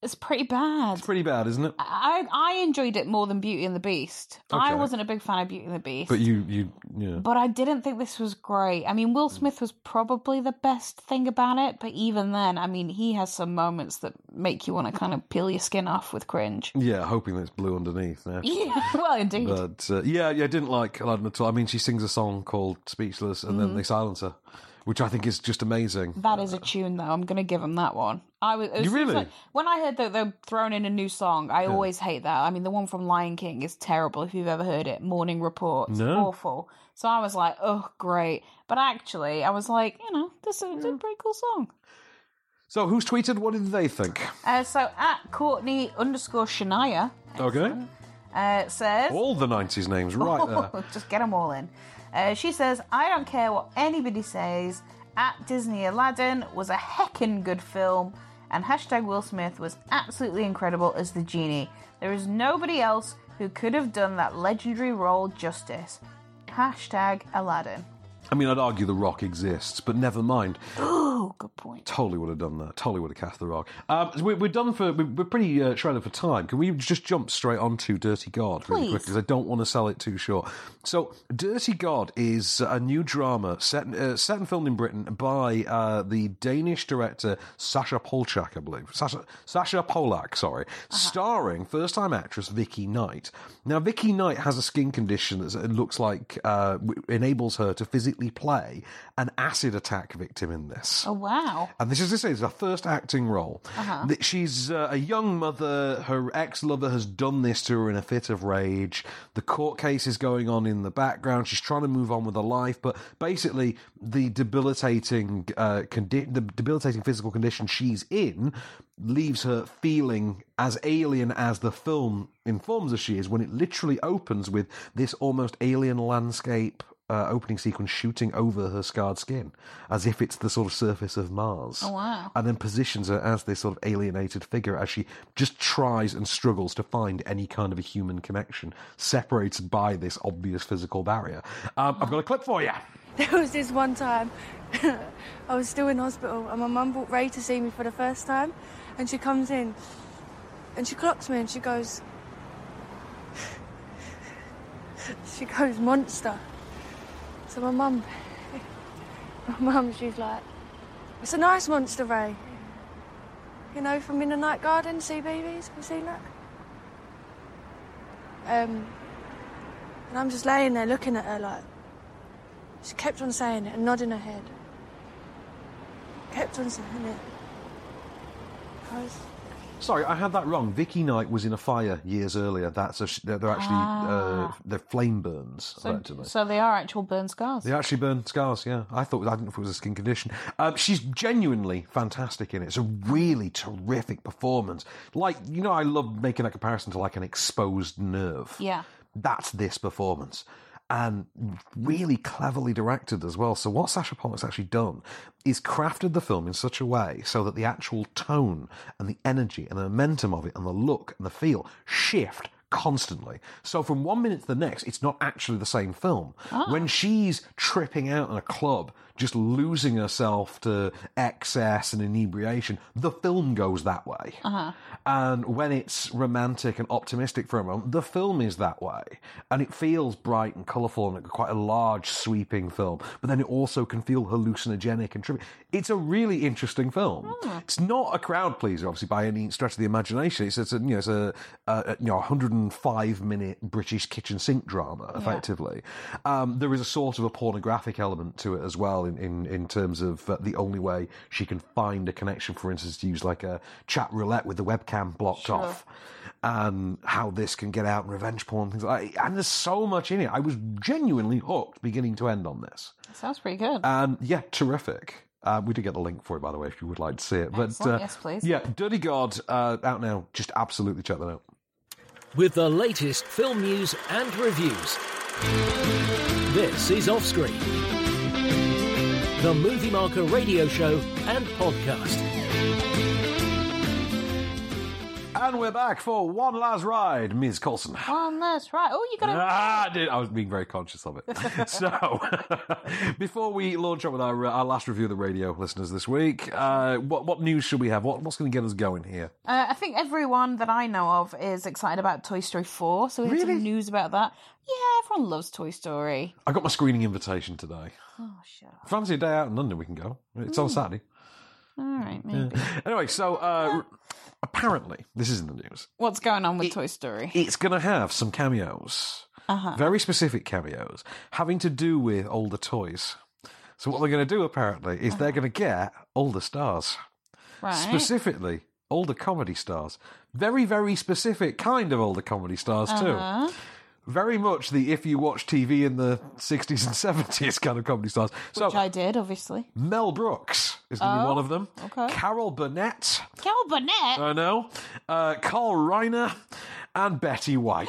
[SPEAKER 2] it's pretty bad.
[SPEAKER 1] Pretty bad, isn't it?
[SPEAKER 2] I I enjoyed it more than Beauty and the Beast. I
[SPEAKER 1] Okay.
[SPEAKER 2] wasn't a big fan of Beauty and the Beast.
[SPEAKER 1] But you, you, yeah.
[SPEAKER 2] But I didn't think this was great. I mean, Will Smith was probably the best thing about it, but even then, I mean, he has some moments that make you want to kind of peel your skin off with cringe.
[SPEAKER 1] Yeah, hoping that it's blue underneath. Yeah.
[SPEAKER 2] Yeah, well, indeed.
[SPEAKER 1] But uh, yeah, yeah, I didn't like Aladdin at all. I mean, she sings a song called Speechless and then they silence her, which I think is just amazing.
[SPEAKER 2] Mm-hmm. that is a tune, though. I'm going to give him that one. I was, it seems
[SPEAKER 1] really?
[SPEAKER 2] like- when I heard that they're throwing in a new song, I always hate that. Uh, I mean, the one from Lion King is terrible. If you've ever heard it, Morning Report, it's
[SPEAKER 1] No.
[SPEAKER 2] awful. So I was like, oh, great. But actually, I was like, you know, this is a pretty cool song.
[SPEAKER 1] So, who's tweeted? What did they think?
[SPEAKER 2] Uh, so at Courtney underscore Shania
[SPEAKER 1] Okay.
[SPEAKER 2] uh, says,
[SPEAKER 1] All the 90s names right there.
[SPEAKER 2] just get them all in. Uh, she says, I don't care what anybody says. At Disney Aladdin was a heckin' good film, and hashtag Will Smith was absolutely incredible as the genie. There is nobody else who could have done that legendary role justice. Hashtag Aladdin.
[SPEAKER 1] I mean, I'd argue The Rock exists, but never mind.
[SPEAKER 2] Oh, good point.
[SPEAKER 1] Totally would have done that. Totally would have cast The Rock. Um, so we're, we're done for. We're, we're pretty uh, shredded for time. Can we just jump straight on to Dirty God really
[SPEAKER 2] Please.
[SPEAKER 1] quick? Because I don't want to sell it too short. So, Dirty God is a new drama set uh, set and filmed in Britain by uh, the Danish director Sasha Polchak, I believe. Sasha Sasha Polak, sorry,
[SPEAKER 2] Uh-huh.
[SPEAKER 1] starring first time actress Vicky Knight. Now, Vicky Knight has a skin condition that looks like uh, w- enables her to physically play an acid attack victim in this.
[SPEAKER 2] Oh, wow.
[SPEAKER 1] And this is this is her first acting role. That She's uh, a young mother. Her ex lover has done this to her in a fit of rage. The court case is going on in the background. She's trying to move on with her life, but basically, the debilitating uh, condi- the debilitating physical condition she's in leaves her feeling as alien as the film informs us she is when it literally opens with this almost alien landscape uh, opening sequence shooting over her scarred skin as if it's the sort of surface of Mars.
[SPEAKER 2] Oh, wow.
[SPEAKER 1] And then positions her as this sort of alienated figure as she just tries and struggles to find any kind of a human connection, separated by this obvious physical barrier. Um, I've got a clip for you.
[SPEAKER 11] There was this one time Um, I was still in hospital and my mum brought Ray to see me for the first time and she comes in and she clocks me and she goes she goes monster. So my mum my mum she's like it's a nice monster Ray. You know from in the night garden, sea babies, have you seen that? Um and I'm just laying there looking at her like she kept on saying it and nodding her head. Kept on saying it. I was,
[SPEAKER 1] Sorry, I had that wrong. Vicky Knight was in a fire years earlier. That's a, sh- they're they're actually uh,
[SPEAKER 2] Ah.
[SPEAKER 1] they're flame burns.
[SPEAKER 2] So,
[SPEAKER 1] effectively.
[SPEAKER 2] so they are actual burn scars.
[SPEAKER 1] They actually burn scars, yeah. I thought I didn't know if it was a skin condition. Um, she's genuinely fantastic in it. It's a really terrific performance. Like you know, I love making that comparison to like an exposed nerve.
[SPEAKER 2] Yeah.
[SPEAKER 1] That's this performance. And really cleverly directed as well. So, what Sasha Pollock's actually done is crafted the film in such a way so that the actual tone and the energy and the momentum of it and the look and the feel shift constantly. So, from one minute to the next, it's not actually the same film. When she's tripping out in a club, just losing herself to excess and inebriation, the film goes that way.
[SPEAKER 2] Uh-huh.
[SPEAKER 1] And when it's romantic and optimistic for a moment, the film is that way. And it feels bright and colourful and quite a large, sweeping film. But then it also can feel hallucinogenic and trippy. It's a really interesting film.
[SPEAKER 12] Ah.
[SPEAKER 1] It's not a crowd pleaser, obviously, by any stretch of the imagination. It's, it's a, you know, it's a, a, you know, 105 minute British kitchen sink drama,
[SPEAKER 12] Yeah.
[SPEAKER 1] effectively. Um, there is a sort of a pornographic element to it as well, in, in, in terms of uh, the only way she can find a connection, for instance, to use like a chat roulette with the webcam blocked
[SPEAKER 12] Sure.
[SPEAKER 1] off, and how this can get out and revenge porn, things like And there's so much in it. I was genuinely hooked beginning to end on this.
[SPEAKER 2] That sounds pretty good.
[SPEAKER 1] And yeah, terrific. Uh, we did get the link for it, by the way, if you would like to see it. But
[SPEAKER 2] Excellent.
[SPEAKER 1] uh,
[SPEAKER 2] Yes, please.
[SPEAKER 1] Yeah, Dirty God uh, out now. Just absolutely check that out.
[SPEAKER 3] with the latest film news and reviews. This is Offscreen, the Movie Marker radio show and podcast.
[SPEAKER 1] And we're back for one last ride, Ms. Colson.
[SPEAKER 2] One last right. Oh, you got to.
[SPEAKER 1] Ah, I, did. I was being very conscious of it. so, before we launch up with our, uh, our last review of the radio listeners this week, uh, what, what news should we have? What, what's going to get us going here?
[SPEAKER 2] Uh, I think everyone that I know of is excited about Toy Story 4, so we had some news about that. Yeah, everyone loves Toy Story.
[SPEAKER 1] I got my screening invitation today.
[SPEAKER 2] Oh, shut up.
[SPEAKER 1] Fancy a day out in London, we can go. It's on
[SPEAKER 2] Hmm.
[SPEAKER 1] Saturday.
[SPEAKER 2] All right, maybe.
[SPEAKER 1] Yeah. Anyway, so uh, apparently, this is in the news.
[SPEAKER 2] What's going on with Toy Story?
[SPEAKER 1] It's going to have some cameos,
[SPEAKER 2] Uh-huh.
[SPEAKER 1] very specific cameos, having to do with older toys. So, what they're going to do apparently is they're going to get older stars.
[SPEAKER 2] Uh-huh. Right.
[SPEAKER 1] Specifically, older comedy stars. Very, very specific kind of older comedy stars,
[SPEAKER 2] Uh-huh.
[SPEAKER 1] too. Very much the if you watch TV in the 60s and 70s kind of comedy stars. So,
[SPEAKER 2] Which I did, obviously.
[SPEAKER 1] Mel Brooks is going to
[SPEAKER 2] Oh,
[SPEAKER 1] be one of them.
[SPEAKER 2] okay.
[SPEAKER 1] Carol Burnett.
[SPEAKER 2] Cal Burnett.
[SPEAKER 1] I know. Uh, Carl Reiner and Betty White.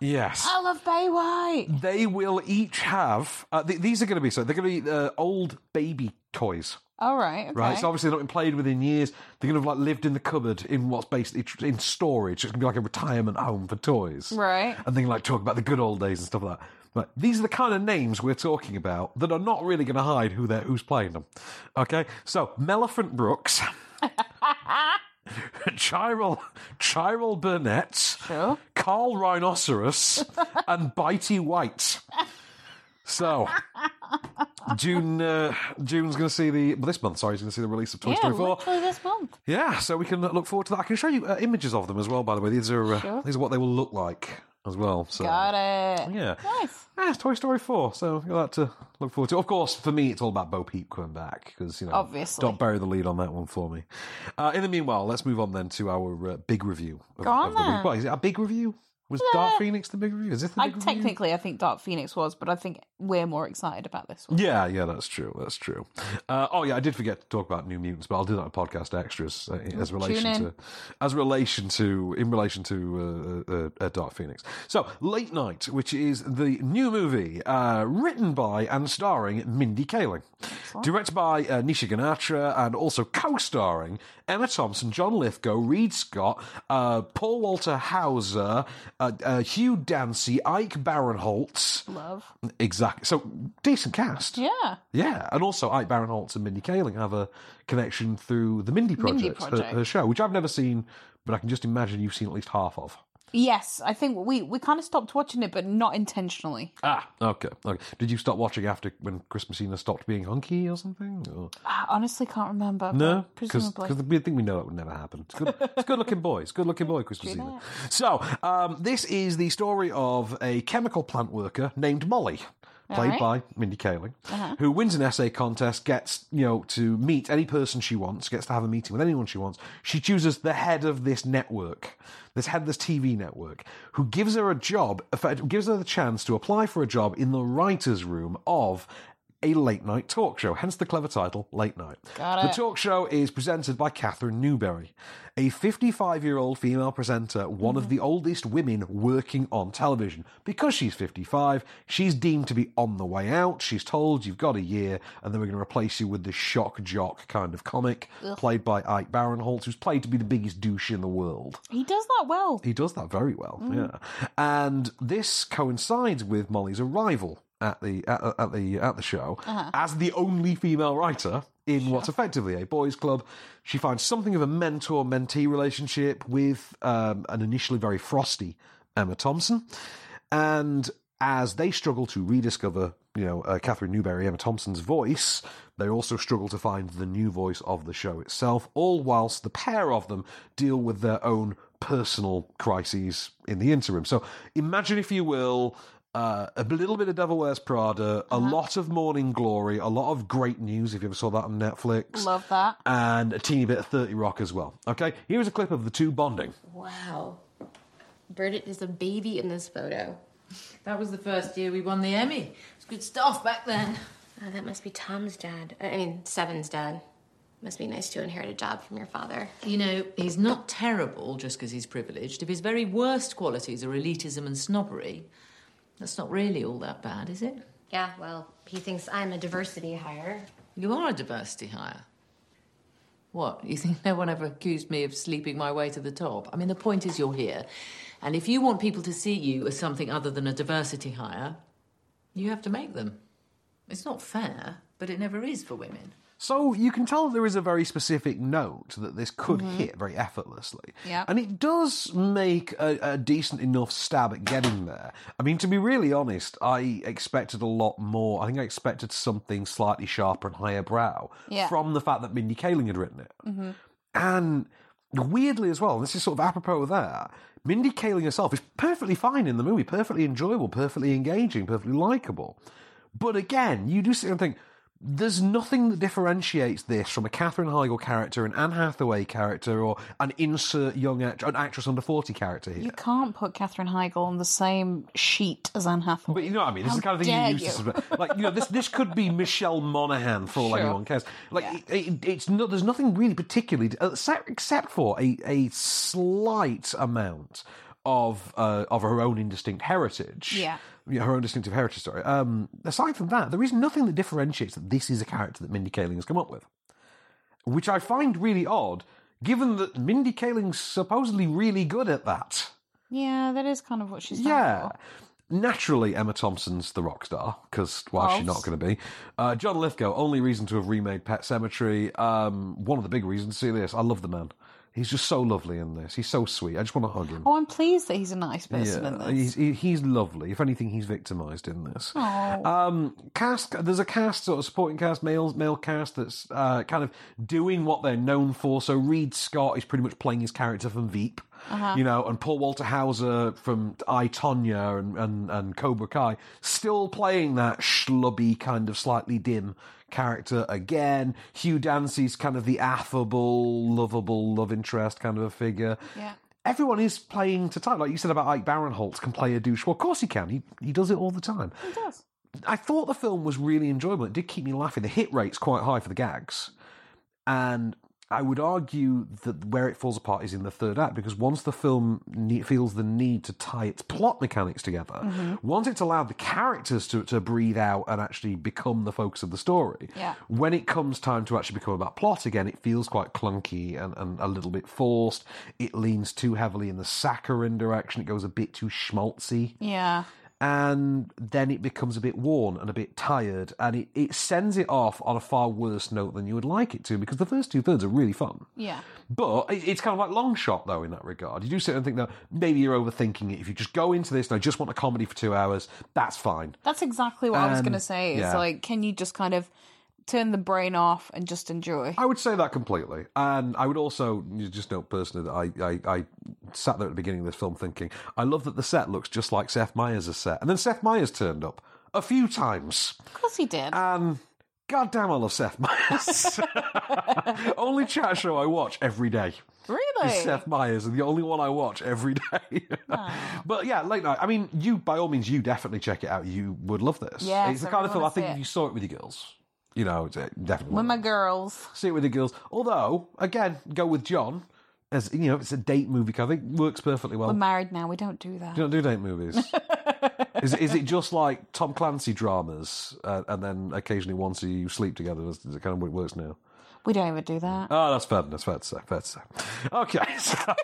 [SPEAKER 1] yes.
[SPEAKER 2] I love Bay White.
[SPEAKER 1] They will each have. Uh, th- these are going to be so. They're going to be uh, old baby toys.
[SPEAKER 2] All right. Okay.
[SPEAKER 1] Right, so obviously they've not been played with in years. They're going to have like lived in the cupboard in what's basically tr- in storage. It's going to be like a retirement home for toys.
[SPEAKER 2] Right.
[SPEAKER 1] And they can like talk about the good old days and stuff like that. Right. These are the kind of names we're talking about that are not really going to hide who they're who's playing them. Okay, so Meliphant Brooks, Chiral Chiral Burnett,
[SPEAKER 2] sure.
[SPEAKER 1] Carl Rhinoceros, and Bitey White. So. June uh, June's going to see the well, this month. Sorry, he's going to see the release of Toy
[SPEAKER 2] yeah,
[SPEAKER 1] Story Four.
[SPEAKER 2] literally this month.
[SPEAKER 1] Yeah, so we can look forward to that. I can show you uh, images of them as well. By the way, these are uh,
[SPEAKER 2] Sure.
[SPEAKER 1] these are what they will look like as well. So
[SPEAKER 2] Got it.
[SPEAKER 1] Oh, yeah,
[SPEAKER 2] Nice.
[SPEAKER 1] yeah, it's Toy Story Four. So you'll have to look forward to. Of course, for me, it's all about Bo Peep coming back because you know,
[SPEAKER 2] Obviously.
[SPEAKER 1] don't bury the lead on that one for me. Uh, in the meanwhile, let's move on then to our uh, big review. Of,
[SPEAKER 2] Go on
[SPEAKER 1] of the
[SPEAKER 2] then.
[SPEAKER 1] week. What is it? A big review? Was Dark Phoenix the big review? Is this the
[SPEAKER 2] I,
[SPEAKER 1] big review?
[SPEAKER 2] technically, I think Dark Phoenix was, but I think we're more excited about this one.
[SPEAKER 1] Yeah, yeah, that's true. That's true. Uh, oh yeah, I did forget to talk about New Mutants, but I'll do that on podcast extras uh, as
[SPEAKER 2] Tune
[SPEAKER 1] relation
[SPEAKER 2] in.
[SPEAKER 1] to as relation to in relation to uh, uh, uh, Dark Phoenix. So Late Night, which is the new movie uh, written by and starring Mindy Kaling, directed by uh, Nisha Ganatra, and also co-starring Emma Thompson, John Lithgow, Reed Scott, uh, Paul Walter Hauser, uh, uh, Hugh Dancy, Ike Barinholtz.
[SPEAKER 2] Love.
[SPEAKER 1] Exactly. So decent cast.
[SPEAKER 2] Yeah.
[SPEAKER 1] Yeah, and also Ike Barinholtz and Mindy Kaling have a connection through the Mindy Project,
[SPEAKER 2] Mindy
[SPEAKER 1] her-
[SPEAKER 2] Project.
[SPEAKER 1] Her, show, which I've never seen, but I can just imagine you've seen at least half of.
[SPEAKER 2] Yes, I think we we kind of stopped watching it, but not intentionally.
[SPEAKER 1] Ah, okay, okay. Did you stop watching after when Chris Messina stopped being hunky or something? Or?
[SPEAKER 2] I honestly can't remember.
[SPEAKER 1] No,
[SPEAKER 2] but
[SPEAKER 1] because
[SPEAKER 2] presumably.
[SPEAKER 1] we think we know it would never happen. It's good, it's good looking boy. It's good looking boy, Chris Messina. So um, this is the story of a chemical plant worker named Molly. Played
[SPEAKER 12] Alright.
[SPEAKER 1] by Mindy Kaling,
[SPEAKER 12] Uh-huh.
[SPEAKER 1] who wins an essay contest, gets you know to meet any person she wants, gets to have a meeting with anyone she wants. She chooses the head of this network, this head of this TV network, who gives her a job, effect- gives her the chance to apply for a job in the writers' room of a late night talk show. Hence the clever title, Late Night.
[SPEAKER 12] Got
[SPEAKER 1] The
[SPEAKER 12] it.
[SPEAKER 1] talk show is presented by Catherine Newberry, a 55 year old female presenter, one
[SPEAKER 12] Mm-hmm.
[SPEAKER 1] of the oldest women working on television. Because she's 55, she's deemed to be on the way out. She's told, you've got a year, and then we're going to replace you with the shock jock kind of comic,
[SPEAKER 2] Ugh.
[SPEAKER 1] played by Ike Barinholtz, who's played to be the biggest douche in the world.
[SPEAKER 2] he does that well.
[SPEAKER 1] He does that very well,
[SPEAKER 2] Mm.
[SPEAKER 1] yeah. And this coincides with Molly's arrival at the at, at the at the show
[SPEAKER 12] Uh-huh.
[SPEAKER 1] as the only female writer in what's effectively a boys' club. She finds something of a mentor-mentee relationship with um, an initially very frosty Emma Thompson, and as they struggle to rediscover, you know, uh, Catherine Newberry, Emma Thompson's voice, they also struggle to find the new voice of the show itself, all whilst the pair of them deal with their own personal crises in the interim. So imagine, if you will, uh, a little bit of Devil Wears Prada, a lot of Morning Glory, a lot of great news, if you ever saw that on Netflix,
[SPEAKER 2] Love that.
[SPEAKER 1] and a teeny bit of 30 Rock as well. Okay, here's a clip of the two bonding.
[SPEAKER 13] Wow. Bridget is a baby in this photo. That was the first year we won the Emmy. It's good stuff back then. Oh, that must be Tom's dad. I mean, Seven's dad. Must be nice to inherit a job from your father.
[SPEAKER 14] You know, he's not terrible just because he's privileged. If his very worst qualities are elitism and snobbery, that's not really all that bad, is it?
[SPEAKER 13] Yeah, well, he thinks I'm a diversity hire.
[SPEAKER 14] You are a diversity hire. What? You think no one ever accused me of sleeping my way to the top? I mean, the point is you're here. And if you want people to see you as something other than a diversity hire, you have to make them. It's not fair, but it never is for women.
[SPEAKER 1] So you can tell there is a very specific note that this could
[SPEAKER 12] Mm-hmm.
[SPEAKER 14] Mhm.
[SPEAKER 1] hit very effortlessly.
[SPEAKER 14] Yeah.
[SPEAKER 1] And it does make a, a decent enough stab at getting there. I mean, to be really honest, I expected a lot more. I think I expected something slightly sharper and higher brow
[SPEAKER 12] Yeah.
[SPEAKER 1] from the fact that Mindy Kaling had written it.
[SPEAKER 12] Mm-hmm.
[SPEAKER 1] And weirdly as well, and this is sort of apropos of that, Mindy Kaling herself is perfectly fine in the movie, perfectly enjoyable, perfectly engaging, perfectly likable. But again, you do sit there and think, there's nothing that differentiates this from a Catherine Heigl character, an Anne Hathaway character, or an insert young act- an actress under 40 character here.
[SPEAKER 2] You can't put Catherine Heigl on the same sheet as Anne Hathaway.
[SPEAKER 1] But you know what I mean? This is the
[SPEAKER 2] How
[SPEAKER 1] kind of thing you
[SPEAKER 2] dare
[SPEAKER 1] use to like you know this this could be Michelle Monaghan for all
[SPEAKER 2] Sure.
[SPEAKER 1] anyone cares. Like it, it, it's no, there's nothing really particularly uh, se- except for a a slight amount of uh, of her own indistinct heritage.
[SPEAKER 12] Yeah.
[SPEAKER 1] Yeah, her own distinctive heritage story. Um, aside from that, there is nothing that differentiates that this is a character that Mindy Kaling has come up with, which I find really odd, given that Mindy Kaling's supposedly really good at that.
[SPEAKER 2] Yeah, that is kind of what she's.
[SPEAKER 1] Yeah. Naturally, Emma Thompson's the rock star because why is she
[SPEAKER 2] Of.
[SPEAKER 1] not going to be? Uh, John Lithgow, only reason to have remade Pet Cemetery. Um, one of the big reasons. See this, I love the man. He's just so lovely in this. He's so sweet. I just want to hug him.
[SPEAKER 2] Oh, I'm pleased that he's a nice person in this.
[SPEAKER 1] He's, he- he's lovely. If anything, he's victimized in this.
[SPEAKER 2] Aw.
[SPEAKER 1] Um, cast. There's a cast, sort of supporting cast, male male cast that's uh, kind of doing what they're known for. So Reed Scott is pretty much playing his character from Veep,
[SPEAKER 12] Uh-huh.
[SPEAKER 1] you know, and Paul Walter Hauser from I Tonya and, and and Cobra Kai still playing that schlubby kind of slightly dim character again. Hugh Dancy's kind of the affable, lovable love interest kind of a figure.
[SPEAKER 2] Yeah.
[SPEAKER 1] everyone is playing to time. Like you said about Ike Barinholtz can play a douche. Well, of course he can. He he does it all the time.
[SPEAKER 2] He does.
[SPEAKER 1] I thought the film was really enjoyable. It did keep me laughing. The hit rate's quite high for the gags, and I would argue that where it falls apart is in the third act because once the film ne- feels the need to tie its plot mechanics together,
[SPEAKER 12] Mhm.
[SPEAKER 1] once it's allowed the characters to to breathe out and actually become the focus of the story,
[SPEAKER 12] Yeah.
[SPEAKER 1] when it comes time to actually become about plot again, it feels quite clunky and, and a little bit forced. It leans too heavily in the saccharine direction. It goes a bit too schmaltzy
[SPEAKER 2] Yeah.
[SPEAKER 1] and then it becomes a bit worn and a bit tired, and it, it sends it off on a far worse note than you would like it to, because the first two thirds are really fun.
[SPEAKER 2] Yeah.
[SPEAKER 1] But it- it's kind of like long shot, though, in that regard. You do sit and think that maybe you're overthinking it. If you just go into this, and I just want a comedy for two hours, that's fine.
[SPEAKER 2] That's exactly what I was
[SPEAKER 1] Um,
[SPEAKER 2] going to say. It's
[SPEAKER 1] yeah.
[SPEAKER 2] like, can you just kind of turn the brain off and just enjoy?
[SPEAKER 1] I would say that completely. And I would also just note personally that I, I, I sat there at the beginning of this film thinking, I love that the set looks just like Seth Meyers' set. And then Seth Meyers turned up a few times. Of
[SPEAKER 2] course he
[SPEAKER 1] And
[SPEAKER 2] did.
[SPEAKER 1] Um, goddamn, I love Seth Meyers. only chat show I watch every day.
[SPEAKER 2] Really?
[SPEAKER 1] Is Seth Meyers, and the only one I watch every day.
[SPEAKER 2] Ah.
[SPEAKER 1] but yeah, late night. I mean, you by all means, you definitely check it out. You would love this.
[SPEAKER 2] Yes,
[SPEAKER 1] it's the
[SPEAKER 2] I
[SPEAKER 1] kind
[SPEAKER 2] really
[SPEAKER 1] of film I
[SPEAKER 2] wanna see
[SPEAKER 1] think if
[SPEAKER 2] it.
[SPEAKER 1] you saw it with your girls, you know, it's uh, definitely.
[SPEAKER 2] With my girls.
[SPEAKER 1] See it with the girls. Although, again, go with John. As you know, it's a date movie. 'cause I think works perfectly well.
[SPEAKER 2] We're married now. We don't do that.
[SPEAKER 1] do you not do date movies? is, it- is it just like Tom Clancy dramas, uh, and then occasionally once you sleep together? Is is it kind of what it works now?
[SPEAKER 2] We don't ever do that.
[SPEAKER 1] Oh, that's fair. That's fair to say. Fair to say. Okay, so,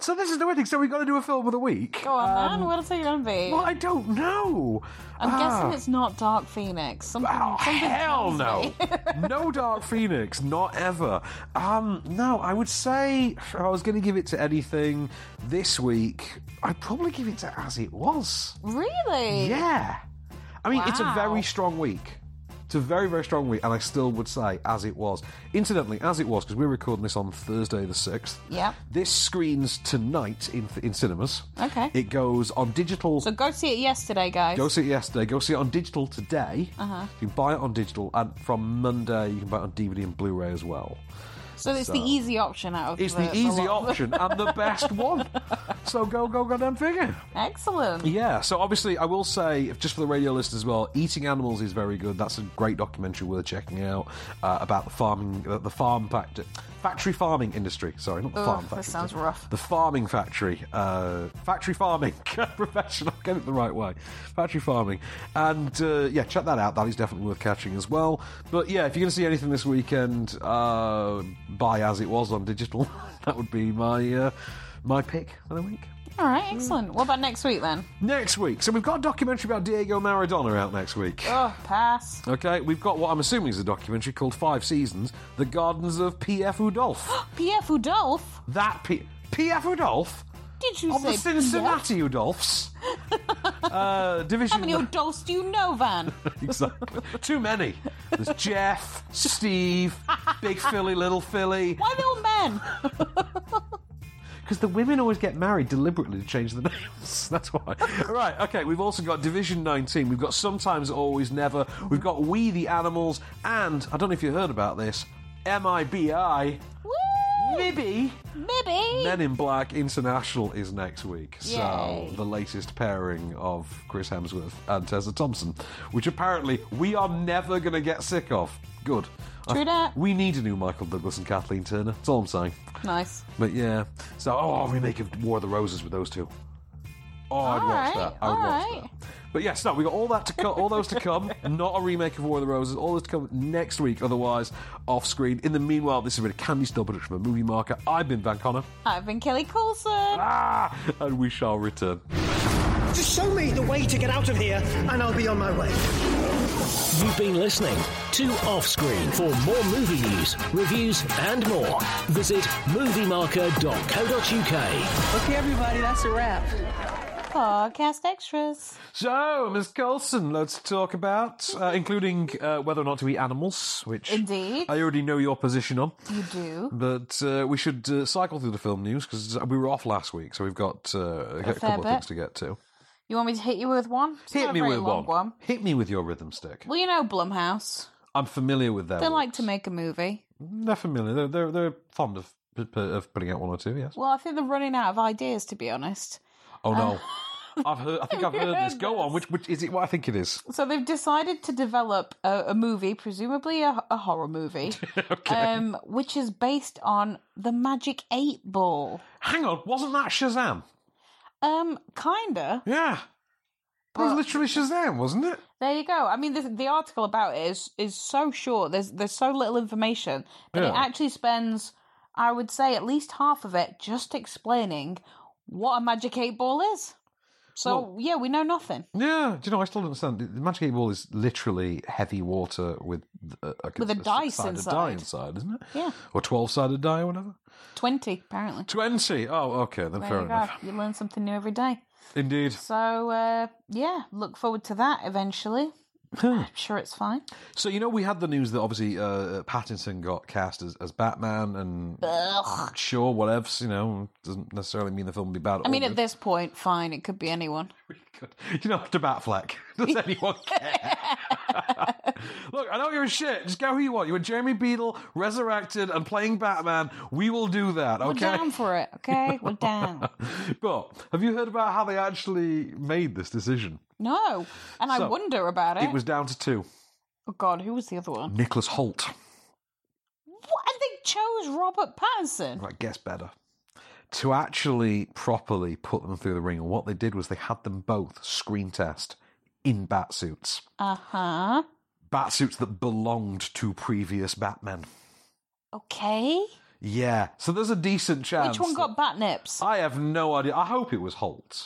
[SPEAKER 1] so this is the wedding. So we got to do a film of the week.
[SPEAKER 2] Go on,
[SPEAKER 1] um,
[SPEAKER 2] man. What's it going to be?
[SPEAKER 1] Well, I don't know.
[SPEAKER 2] I'm
[SPEAKER 1] Ah.
[SPEAKER 2] guessing it's not Dark Phoenix. Something, something
[SPEAKER 1] Hell
[SPEAKER 2] tells
[SPEAKER 1] no.
[SPEAKER 2] me.
[SPEAKER 1] no Dark Phoenix, not ever. Um, no, I would say if I was going to give it to anything this week, I'd probably give it to As It Was.
[SPEAKER 2] Really?
[SPEAKER 1] Yeah. I mean, it's a
[SPEAKER 2] Wow.
[SPEAKER 1] very strong week. It's a very, very strong week, and I still would say As It Was. Incidentally, As It Was, because we're recording this on Thursday the 6th.
[SPEAKER 2] Yep.
[SPEAKER 1] This screens tonight in, in cinemas.
[SPEAKER 2] Okay.
[SPEAKER 1] It goes on digital.
[SPEAKER 2] So go see it yesterday, guys.
[SPEAKER 1] Go see it yesterday. Go see it on digital today.
[SPEAKER 2] Uh-huh.
[SPEAKER 1] You can buy it on digital, and from Monday you can buy it on DVD and Blu-ray as well.
[SPEAKER 2] So it's the
[SPEAKER 1] So-
[SPEAKER 2] easy option out of
[SPEAKER 1] It's
[SPEAKER 2] the,
[SPEAKER 1] the easy
[SPEAKER 2] lot.
[SPEAKER 1] option and the best one. So go, go, go, damn figure.
[SPEAKER 2] Excellent.
[SPEAKER 1] Yeah, so obviously, I will say, if- just for the radio listeners as well, Eating Animals is very good. That's a great documentary worth checking out uh, about the farming, uh, the farm fact- factory farming industry. Sorry, not the
[SPEAKER 2] Ugh,
[SPEAKER 1] farm
[SPEAKER 2] that
[SPEAKER 1] factory.
[SPEAKER 2] sounds rough.
[SPEAKER 1] The farming factory, uh, factory farming professional. Get it the right way, factory farming, and uh, yeah, check that out. That is definitely worth catching as well. But yeah, if you're going to see anything this weekend, uh, buy as it was on digital. that would be my uh, my pick for the week.
[SPEAKER 2] All right, excellent. What about next week then?
[SPEAKER 1] Next week, so we've got a documentary about Diego Maradona out next week.
[SPEAKER 2] Oh, pass.
[SPEAKER 1] Okay, we've got what I'm assuming is a documentary called Five Seasons: The Gardens of P.F. Udolph.
[SPEAKER 2] P.F. Udolph?
[SPEAKER 1] that P- P.F. Udolph
[SPEAKER 2] Did you
[SPEAKER 1] of
[SPEAKER 2] say
[SPEAKER 1] the Cincinnati Udolphs. uh,
[SPEAKER 2] How
[SPEAKER 1] division.
[SPEAKER 2] many Udolphs do you know, Van?
[SPEAKER 1] exactly. Too many. There's Jeff, Steve, Big Philly, Little Philly.
[SPEAKER 2] Why are they all men?
[SPEAKER 1] Because the women always get married deliberately to change the names. That's why. right, okay, we've also got Division 19. We've got Sometimes, Always, Never. We've got We the Animals. And I don't know if you heard about this MIBI. Maybe.
[SPEAKER 2] Maybe.
[SPEAKER 1] Men in Black International is next week.
[SPEAKER 2] Yay.
[SPEAKER 1] So the latest pairing of Chris Hemsworth and Tessa Thompson, which apparently we are never going to get sick of. Good.
[SPEAKER 2] True
[SPEAKER 1] I-
[SPEAKER 2] dat.
[SPEAKER 1] We need a new Michael Douglas and Kathleen Turner. That's all I'm saying.
[SPEAKER 2] Nice.
[SPEAKER 1] But yeah. So oh, remake of War of the Roses with those two. Oh, I'd watch that. I would watch that. But yes, no, we got all that to co- all those to come. Not a remake of War of the Roses. All those to come next week. Otherwise, off screen. In the meanwhile, this has been a Candy Store production from a movie marker. I've been Van Connor,
[SPEAKER 2] I've been Kelly Coulson.
[SPEAKER 1] Ah. and we shall return.
[SPEAKER 15] Just show me the way to get out of here, and I'll be on my way.
[SPEAKER 3] You've been listening to Offscreen. For more movie news, reviews, and more, visit moviemarker.co.uk.
[SPEAKER 2] Okay, everybody, that's a wrap. Podcast extras.
[SPEAKER 1] So, Miss Colson, loads to talk about, uh, including uh, whether or not to eat animals, which
[SPEAKER 2] Indeed.
[SPEAKER 1] I already know your position on.
[SPEAKER 2] You do.
[SPEAKER 1] But uh, we should uh, cycle through the film news because we were off last week, so we've got uh, a,
[SPEAKER 2] fair
[SPEAKER 1] couple of
[SPEAKER 2] bit.
[SPEAKER 1] things to get to.
[SPEAKER 2] You want me to hit you with one? It's not
[SPEAKER 1] Hit
[SPEAKER 2] a
[SPEAKER 1] me
[SPEAKER 2] very
[SPEAKER 1] with
[SPEAKER 2] long
[SPEAKER 1] one. Hit me with your rhythm stick.
[SPEAKER 2] Well, you know Blumhouse.
[SPEAKER 1] I'm familiar with them.
[SPEAKER 2] they like to make a movie.
[SPEAKER 1] They're familiar. They're, they're they're fond of p- p- of putting out one or two. Yes.
[SPEAKER 2] Well, I think they're running out of ideas, to be honest.
[SPEAKER 1] Oh no,
[SPEAKER 2] uh,
[SPEAKER 1] I've heard. I think I've heard this. Go on. Which which is it? What I think it is.
[SPEAKER 2] So they've decided to develop a, a movie, presumably a, a horror movie, um, which is based on the Magic Eight Ball.
[SPEAKER 1] Hang on, wasn't that Shazam?
[SPEAKER 2] Um, kinda.
[SPEAKER 1] Yeah. It was literally Shazam, wasn't it?
[SPEAKER 2] There you go. I mean, the, the article about it is is so short. There's there's so little information that it
[SPEAKER 1] Yeah.
[SPEAKER 2] actually spends, I would say, at least half of it just explaining what a magic eight ball is. So
[SPEAKER 1] Well-
[SPEAKER 2] yeah, we know nothing.
[SPEAKER 1] Yeah. Do you know? I still don't understand. The Magic Eight Ball is literally heavy water with a, a,
[SPEAKER 2] With a dice
[SPEAKER 1] six-sided
[SPEAKER 2] inside.
[SPEAKER 1] die inside, isn't it?
[SPEAKER 2] Yeah,
[SPEAKER 1] Or twelve-sided die, or whatever.
[SPEAKER 2] twenty apparently.
[SPEAKER 1] Twenty. Oh, okay. Then
[SPEAKER 2] There
[SPEAKER 1] fair
[SPEAKER 2] you
[SPEAKER 1] enough.
[SPEAKER 2] go. You learn something new every day.
[SPEAKER 1] Indeed.
[SPEAKER 2] So uh, yeah, look forward to that eventually. I'm sure it's fine.
[SPEAKER 1] So you know we had the news that obviously uh, Pattinson got cast as, as Batman, and
[SPEAKER 2] Ugh.
[SPEAKER 1] sure, whatever. You know, doesn't necessarily mean the film will be bad.
[SPEAKER 2] I mean, at this point, fine. It could be anyone.
[SPEAKER 1] you know, to Batfleck. Does anyone care? Look, I don't give a shit. Just go who you want. You want Jeremy Beadle resurrected and playing Batman. We will do that.
[SPEAKER 2] We're
[SPEAKER 1] Okay.
[SPEAKER 2] down for it. Okay, we're down.
[SPEAKER 1] but have you heard about how they actually made this decision?
[SPEAKER 2] No, and I
[SPEAKER 1] So,
[SPEAKER 2] wonder about it.
[SPEAKER 1] It was down to two.
[SPEAKER 2] oh God, who was the other one?
[SPEAKER 1] Nicholas Holt.
[SPEAKER 2] What? And they chose Robert Pattinson.
[SPEAKER 1] Right, guess better. To actually properly put them through the ring, and what they did was they had them both screen test in bat suits.
[SPEAKER 2] Uh huh.
[SPEAKER 1] Bat suits that belonged to previous Batman.
[SPEAKER 2] Okay.
[SPEAKER 1] Yeah, so there's a decent chance.
[SPEAKER 2] Which one got bat nips?
[SPEAKER 1] I have no idea. I hope it was Holt.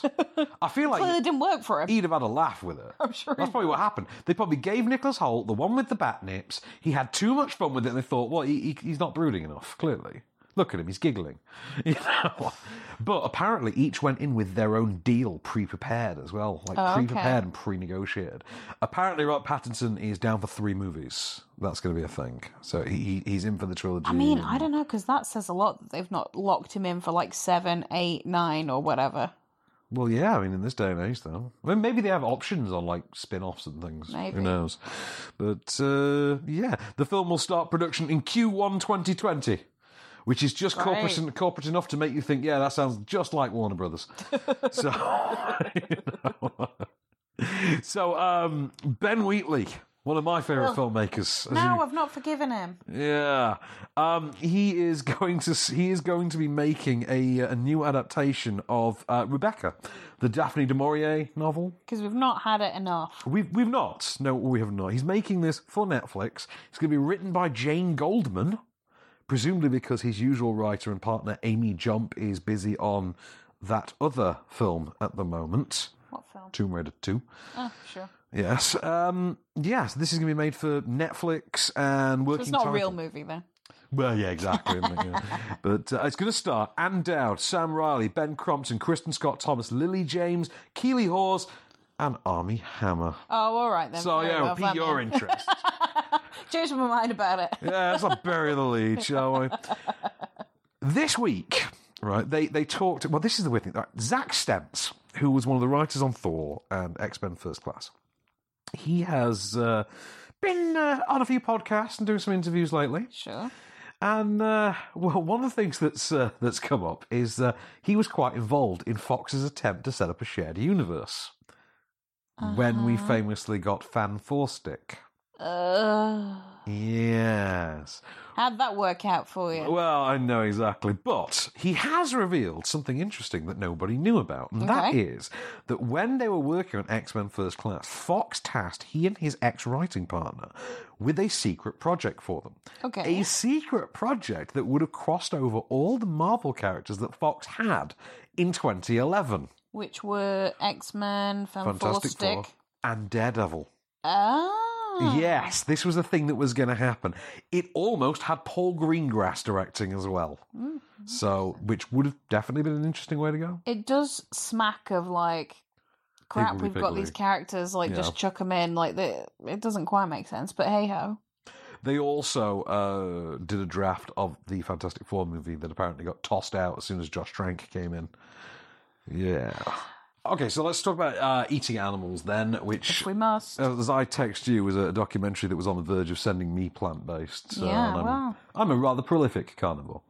[SPEAKER 1] I feel like
[SPEAKER 2] Clearly didn't work for him.
[SPEAKER 1] he'd have had a laugh with it.
[SPEAKER 2] I'm sure.
[SPEAKER 1] That's
[SPEAKER 2] he-
[SPEAKER 1] probably what happened. They probably gave Nicholas Holt the one with the bat nips. He had too much fun with it, and they thought, well, he, he, he's not brooding enough. Clearly, look at him; he's giggling. You know? but apparently, each went in with their own deal pre-prepared as well, like
[SPEAKER 2] Oh, okay.
[SPEAKER 1] pre-prepared and pre-negotiated. Apparently, Rock Pattinson is down for three movies. That's going to be a thing. So he, he- he's in for the trilogy.
[SPEAKER 2] I mean,
[SPEAKER 1] and-
[SPEAKER 2] I don't know because that says a lot that they've not locked him in for like seven, eight, nine, or whatever.
[SPEAKER 1] Well, yeah, I mean, in this day and age, though. I mean, maybe they have options on, like, spin offs and things.
[SPEAKER 2] Maybe.
[SPEAKER 1] Who knows? But, uh, yeah, the film will start production in Q1 2020, which is just corporate,
[SPEAKER 2] Great.
[SPEAKER 1] corporate enough to make you think, yeah, that sounds just like Warner Brothers. so, you know. so um, Ben Wheatley, one of my favourite
[SPEAKER 2] Ugh.
[SPEAKER 1] filmmakers. as
[SPEAKER 2] No,
[SPEAKER 1] you-
[SPEAKER 2] I've not forgiven him.
[SPEAKER 1] yeah, um, he is going to he is going to be making a a new adaptation of uh, Rebecca, the Daphne du Maurier novel.
[SPEAKER 2] Because we've not had it enough.
[SPEAKER 1] We've we've not no we have not. He's making this for Netflix. It's going to be written by Jane Goldman, presumably because his usual writer and partner Amy Jump is busy on that other film at the moment.
[SPEAKER 2] What film?
[SPEAKER 1] Tomb Raider two.
[SPEAKER 2] Oh, sure.
[SPEAKER 1] Yes, um, yes. This is going to be made for Netflix and
[SPEAKER 2] So
[SPEAKER 1] working.
[SPEAKER 2] it's not a
[SPEAKER 1] title-
[SPEAKER 2] real movie then.
[SPEAKER 1] well, yeah, exactly. isn't it? Yeah. but uh, it's going to star Anne Dowd, Sam Riley, Ben Crompton, Kristen Scott Thomas, Lily James, Keely Hawes, and Army Hammer.
[SPEAKER 2] Oh, all right then.
[SPEAKER 1] So,
[SPEAKER 2] Very
[SPEAKER 1] yeah,
[SPEAKER 2] well,
[SPEAKER 1] pique your
[SPEAKER 2] Batman.
[SPEAKER 1] interest.
[SPEAKER 2] Changed my mind about it.
[SPEAKER 1] Yeah, let's not bury the lead, shall we? This week, right, they, they talked. Well, this is the weird thing. Right, Zach Stentz, who was one of the writers on Thor and X Men First Class, he has uh, been uh, on a few podcasts and doing some interviews lately.
[SPEAKER 2] Sure.
[SPEAKER 1] And uh, well, one of the things that's uh, that's come up is uh, he was quite involved in Fox's attempt to set up a shared universe when we famously got Fan Four Stick.
[SPEAKER 2] Uh,
[SPEAKER 1] Yes.
[SPEAKER 2] how'd that work out for you?
[SPEAKER 1] Well, I know exactly. But he has revealed something interesting that nobody knew about. And that
[SPEAKER 2] Okay.
[SPEAKER 1] is that when they were working on X Men First Class, Fox tasked he and his ex writing partner with a secret project for them.
[SPEAKER 2] Okay.
[SPEAKER 1] A secret project that would have crossed over all the Marvel characters that Fox had in 2011.
[SPEAKER 2] Which were X Men, Fantastic
[SPEAKER 1] Fantastic
[SPEAKER 2] Stick.
[SPEAKER 1] Four and Daredevil.
[SPEAKER 2] Ah.
[SPEAKER 1] Yes, this was a thing that was going to happen. It almost had Paul Greengrass directing as well.
[SPEAKER 2] Mm.
[SPEAKER 1] So, which would have definitely been an interesting way to go.
[SPEAKER 2] It does smack of like crap.
[SPEAKER 1] Higgledy
[SPEAKER 2] we've got
[SPEAKER 1] piggledy.
[SPEAKER 2] these characters. Like just
[SPEAKER 1] Yeah.
[SPEAKER 2] chuck them in. Like the, it doesn't quite make sense. But hey ho.
[SPEAKER 1] They also uh, did a draft of the Fantastic Four movie that apparently got tossed out as soon as Josh Trank came in. Yeah. Okay, so let's talk about uh, eating animals then, which
[SPEAKER 2] We must.
[SPEAKER 1] As I text you, was a documentary that was on the verge of sending me plant based.
[SPEAKER 2] Yeah,
[SPEAKER 1] uh, I'm,
[SPEAKER 2] well.
[SPEAKER 1] I'm a rather prolific carnivore.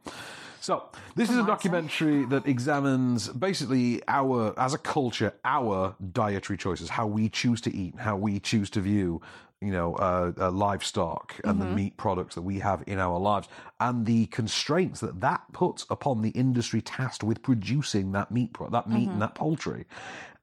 [SPEAKER 1] So this is a documentary that examines basically our, as a culture, our dietary choices, how we choose to eat, how we choose to view, you know, uh, uh, livestock and the
[SPEAKER 2] Mm-hmm.
[SPEAKER 12] Mhm.
[SPEAKER 1] meat products that we have in our lives, and the constraints that that puts upon the industry tasked with producing that meat, pro- that meat
[SPEAKER 2] Mm-hmm.
[SPEAKER 12] Mhm.
[SPEAKER 1] and that poultry,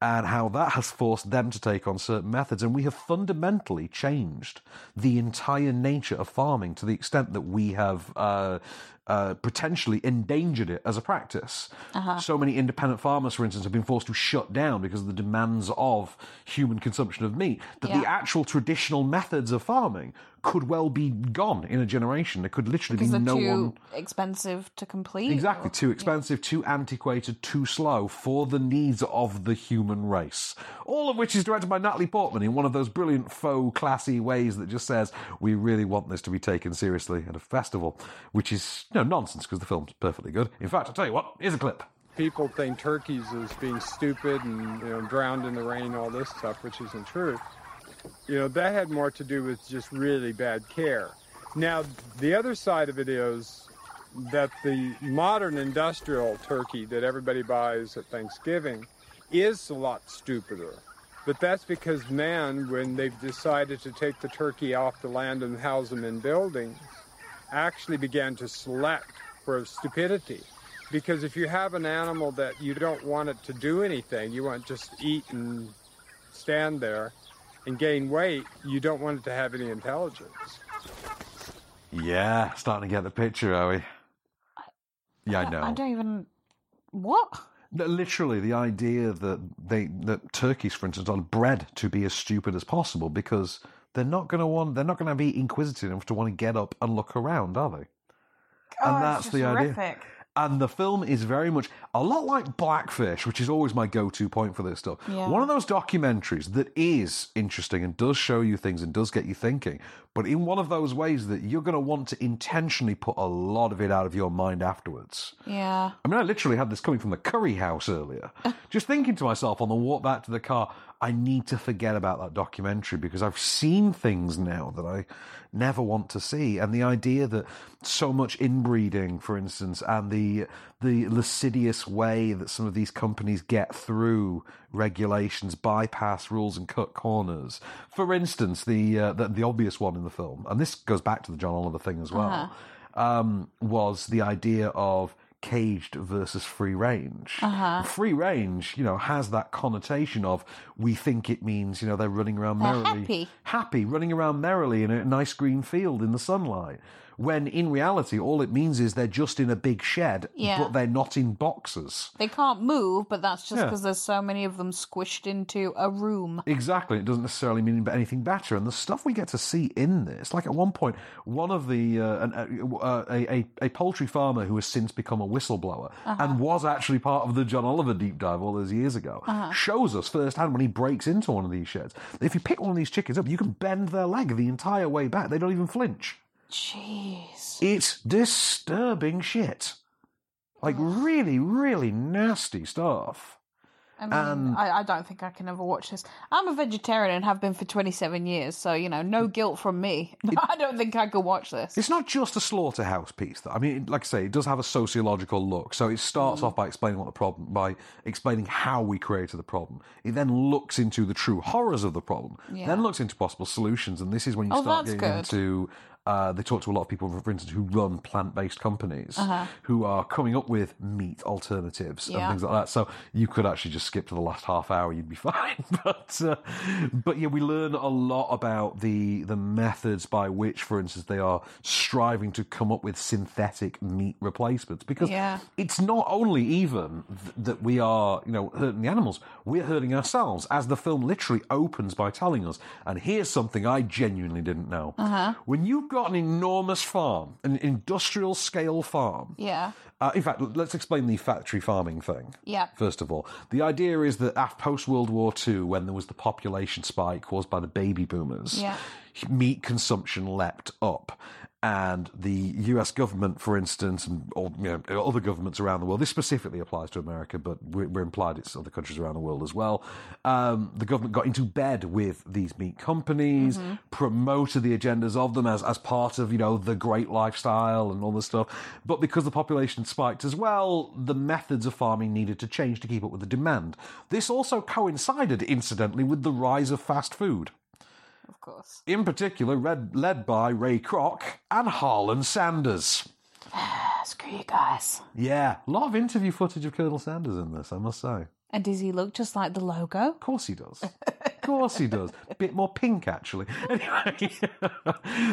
[SPEAKER 1] and how that has forced them to take on certain methods, and we have fundamentally changed the entire nature of farming to the extent that we have. Uh, uh, potentially endangered it as a practice.
[SPEAKER 2] Uh-huh.
[SPEAKER 1] So many independent farmers, for instance, have been forced to shut down because of the demands of human consumption of meat. That the
[SPEAKER 2] Yeah.
[SPEAKER 1] actual traditional methods of farming could well be gone in a generation. There could literally
[SPEAKER 2] because
[SPEAKER 1] be
[SPEAKER 2] they're
[SPEAKER 1] no
[SPEAKER 2] too
[SPEAKER 1] one.
[SPEAKER 2] expensive to complete.
[SPEAKER 1] Exactly, too expensive, too antiquated, too slow for the needs of the human race. All of which is directed by Natalie Portman in one of those brilliant faux classy ways that just says, we really want this to be taken seriously at a festival, which is no nonsense because the film's perfectly good. In fact, I'll tell you what, here's a clip.
[SPEAKER 16] people think turkeys as being stupid and you know drowned in the rain all this stuff which isn't true you know that had more to do with just really bad care now the other side of it is that the modern industrial turkey that everybody buys at thanksgiving is a lot stupider but that's because man when they've decided to take the turkey off the land and house them in buildings actually began to select for stupidity. Because if you have an animal that you don't want it to do anything, you want it just to eat and stand there and gain weight, you don't want it to have any intelligence.
[SPEAKER 1] Yeah, starting to get the picture, are we? Yeah, I know.
[SPEAKER 2] I don't even. What?
[SPEAKER 1] No, Literally, the idea that they that turkeys, for instance, are bred to be as stupid as possible because they're not going to want they're not going to be inquisitive enough to want to get up and look around, are they?
[SPEAKER 2] Oh,
[SPEAKER 1] and
[SPEAKER 2] it's
[SPEAKER 1] that's
[SPEAKER 2] just
[SPEAKER 1] the idea.
[SPEAKER 2] horrific.
[SPEAKER 1] And the film is very much a lot like Blackfish, which is always my go-to point for this stuff.
[SPEAKER 12] Yeah.
[SPEAKER 1] One of those documentaries that is interesting and does show you things and does get you thinking, but in one of those ways that you're going to want to intentionally put a lot of it out of your mind afterwards.
[SPEAKER 2] Yeah.
[SPEAKER 1] I mean, I literally had this coming from the curry house earlier. Just thinking to myself on the walk back to the car, I need to forget about that documentary because I've seen things now that I never want to see. And the idea that so much inbreeding, for instance, and the the lascivious way that some of these companies get through regulations, bypass rules, and cut corners. For instance, the uh, the, the obvious one in the film, and this goes back to the John Oliver thing as well
[SPEAKER 12] Uh-huh.
[SPEAKER 1] um, was the idea of caged versus free range.
[SPEAKER 12] Uh-huh.
[SPEAKER 1] Free range, you know, has that connotation of we think it means, you know, they're running around
[SPEAKER 12] They're
[SPEAKER 1] merrily,
[SPEAKER 12] happy.
[SPEAKER 1] happy, running around merrily in a nice green field in the sunlight. When in reality, all it means is they're just in a big shed,
[SPEAKER 2] Yeah.
[SPEAKER 1] but they're not in boxes.
[SPEAKER 2] They can't move, but that's just
[SPEAKER 1] Yeah.
[SPEAKER 2] because there's so many of them squished into a room.
[SPEAKER 1] Exactly. It doesn't necessarily mean anything better. And the stuff we get to see in this, like at one point, one of the uh, an, uh, a, a a poultry farmer who has since become a whistleblower
[SPEAKER 12] Uh-huh.
[SPEAKER 1] and was actually part of the John Oliver deep dive all those years ago,
[SPEAKER 12] Uh-huh.
[SPEAKER 1] shows us firsthand when he breaks into one of these sheds. that If you pick one of these chickens up, you can bend their leg the entire way back. They don't even flinch.
[SPEAKER 2] Jeez.
[SPEAKER 1] It's disturbing shit. Like
[SPEAKER 12] Oh.
[SPEAKER 1] really, really nasty stuff.
[SPEAKER 2] I mean,
[SPEAKER 1] Um,
[SPEAKER 2] I, I don't think I can ever watch this. I'm a vegetarian and have been for 27 years, so, you know, no guilt from me. I don't think I could watch this.
[SPEAKER 1] It's not just a slaughterhouse piece, though. I mean, like I say, it does have a sociological look. So it
[SPEAKER 12] Mm.
[SPEAKER 1] starts off by explaining what the problem, by explaining how we created the problem. It then looks into the true horrors of the problem,
[SPEAKER 12] Yeah.
[SPEAKER 1] then looks into possible solutions. And this is when you
[SPEAKER 12] Oh,
[SPEAKER 1] start
[SPEAKER 12] that's
[SPEAKER 1] getting
[SPEAKER 12] good.
[SPEAKER 1] into. Uh, they talk to a lot of people, for instance, who run plant-based companies
[SPEAKER 12] Uh-huh.
[SPEAKER 1] who are coming up with meat alternatives and
[SPEAKER 12] Yeah.
[SPEAKER 1] things like that. So you could actually just skip to the last half hour; you'd be fine. But uh, but yeah, we learn a lot about the the methods by which, for instance, they are striving to come up with synthetic meat replacements because
[SPEAKER 12] Yeah.
[SPEAKER 1] it's not only even th- that we are you know hurting the animals, we're hurting ourselves. As the film literally opens by telling us, and here's something I genuinely didn't know:
[SPEAKER 12] Uh-huh.
[SPEAKER 1] when you've got an enormous farm, an industrial scale farm.
[SPEAKER 2] Yeah.
[SPEAKER 1] Uh, in fact, l- let's explain the factory farming thing.
[SPEAKER 2] Yeah.
[SPEAKER 1] First of all, the idea is that after post World War II, when there was the population spike caused by the baby boomers,
[SPEAKER 12] Yeah.
[SPEAKER 1] meat consumption leapt up. and the US government, for instance, and all, you know, other governments around the world, this specifically applies to America, but we're, we're implied it's other countries around the world as well. Um, the government got into bed with these meat companies,
[SPEAKER 12] Mhm.
[SPEAKER 1] promoted the agendas of them as, as part of, you know, the great lifestyle and all this stuff. But because the population spiked as well, the methods of farming needed to change to keep up with the demand. This also coincided, incidentally, with the rise of fast food
[SPEAKER 2] Of course.
[SPEAKER 1] in particular read, led by Ray Kroc and Harlan Sanders.
[SPEAKER 2] Screw you guys.
[SPEAKER 1] Yeah, a lot of interview footage of Colonel Sanders in this, I must say.
[SPEAKER 2] And does he look just like the logo? Of
[SPEAKER 1] course he does. Of course he does. Bit more pink, actually. Anyway,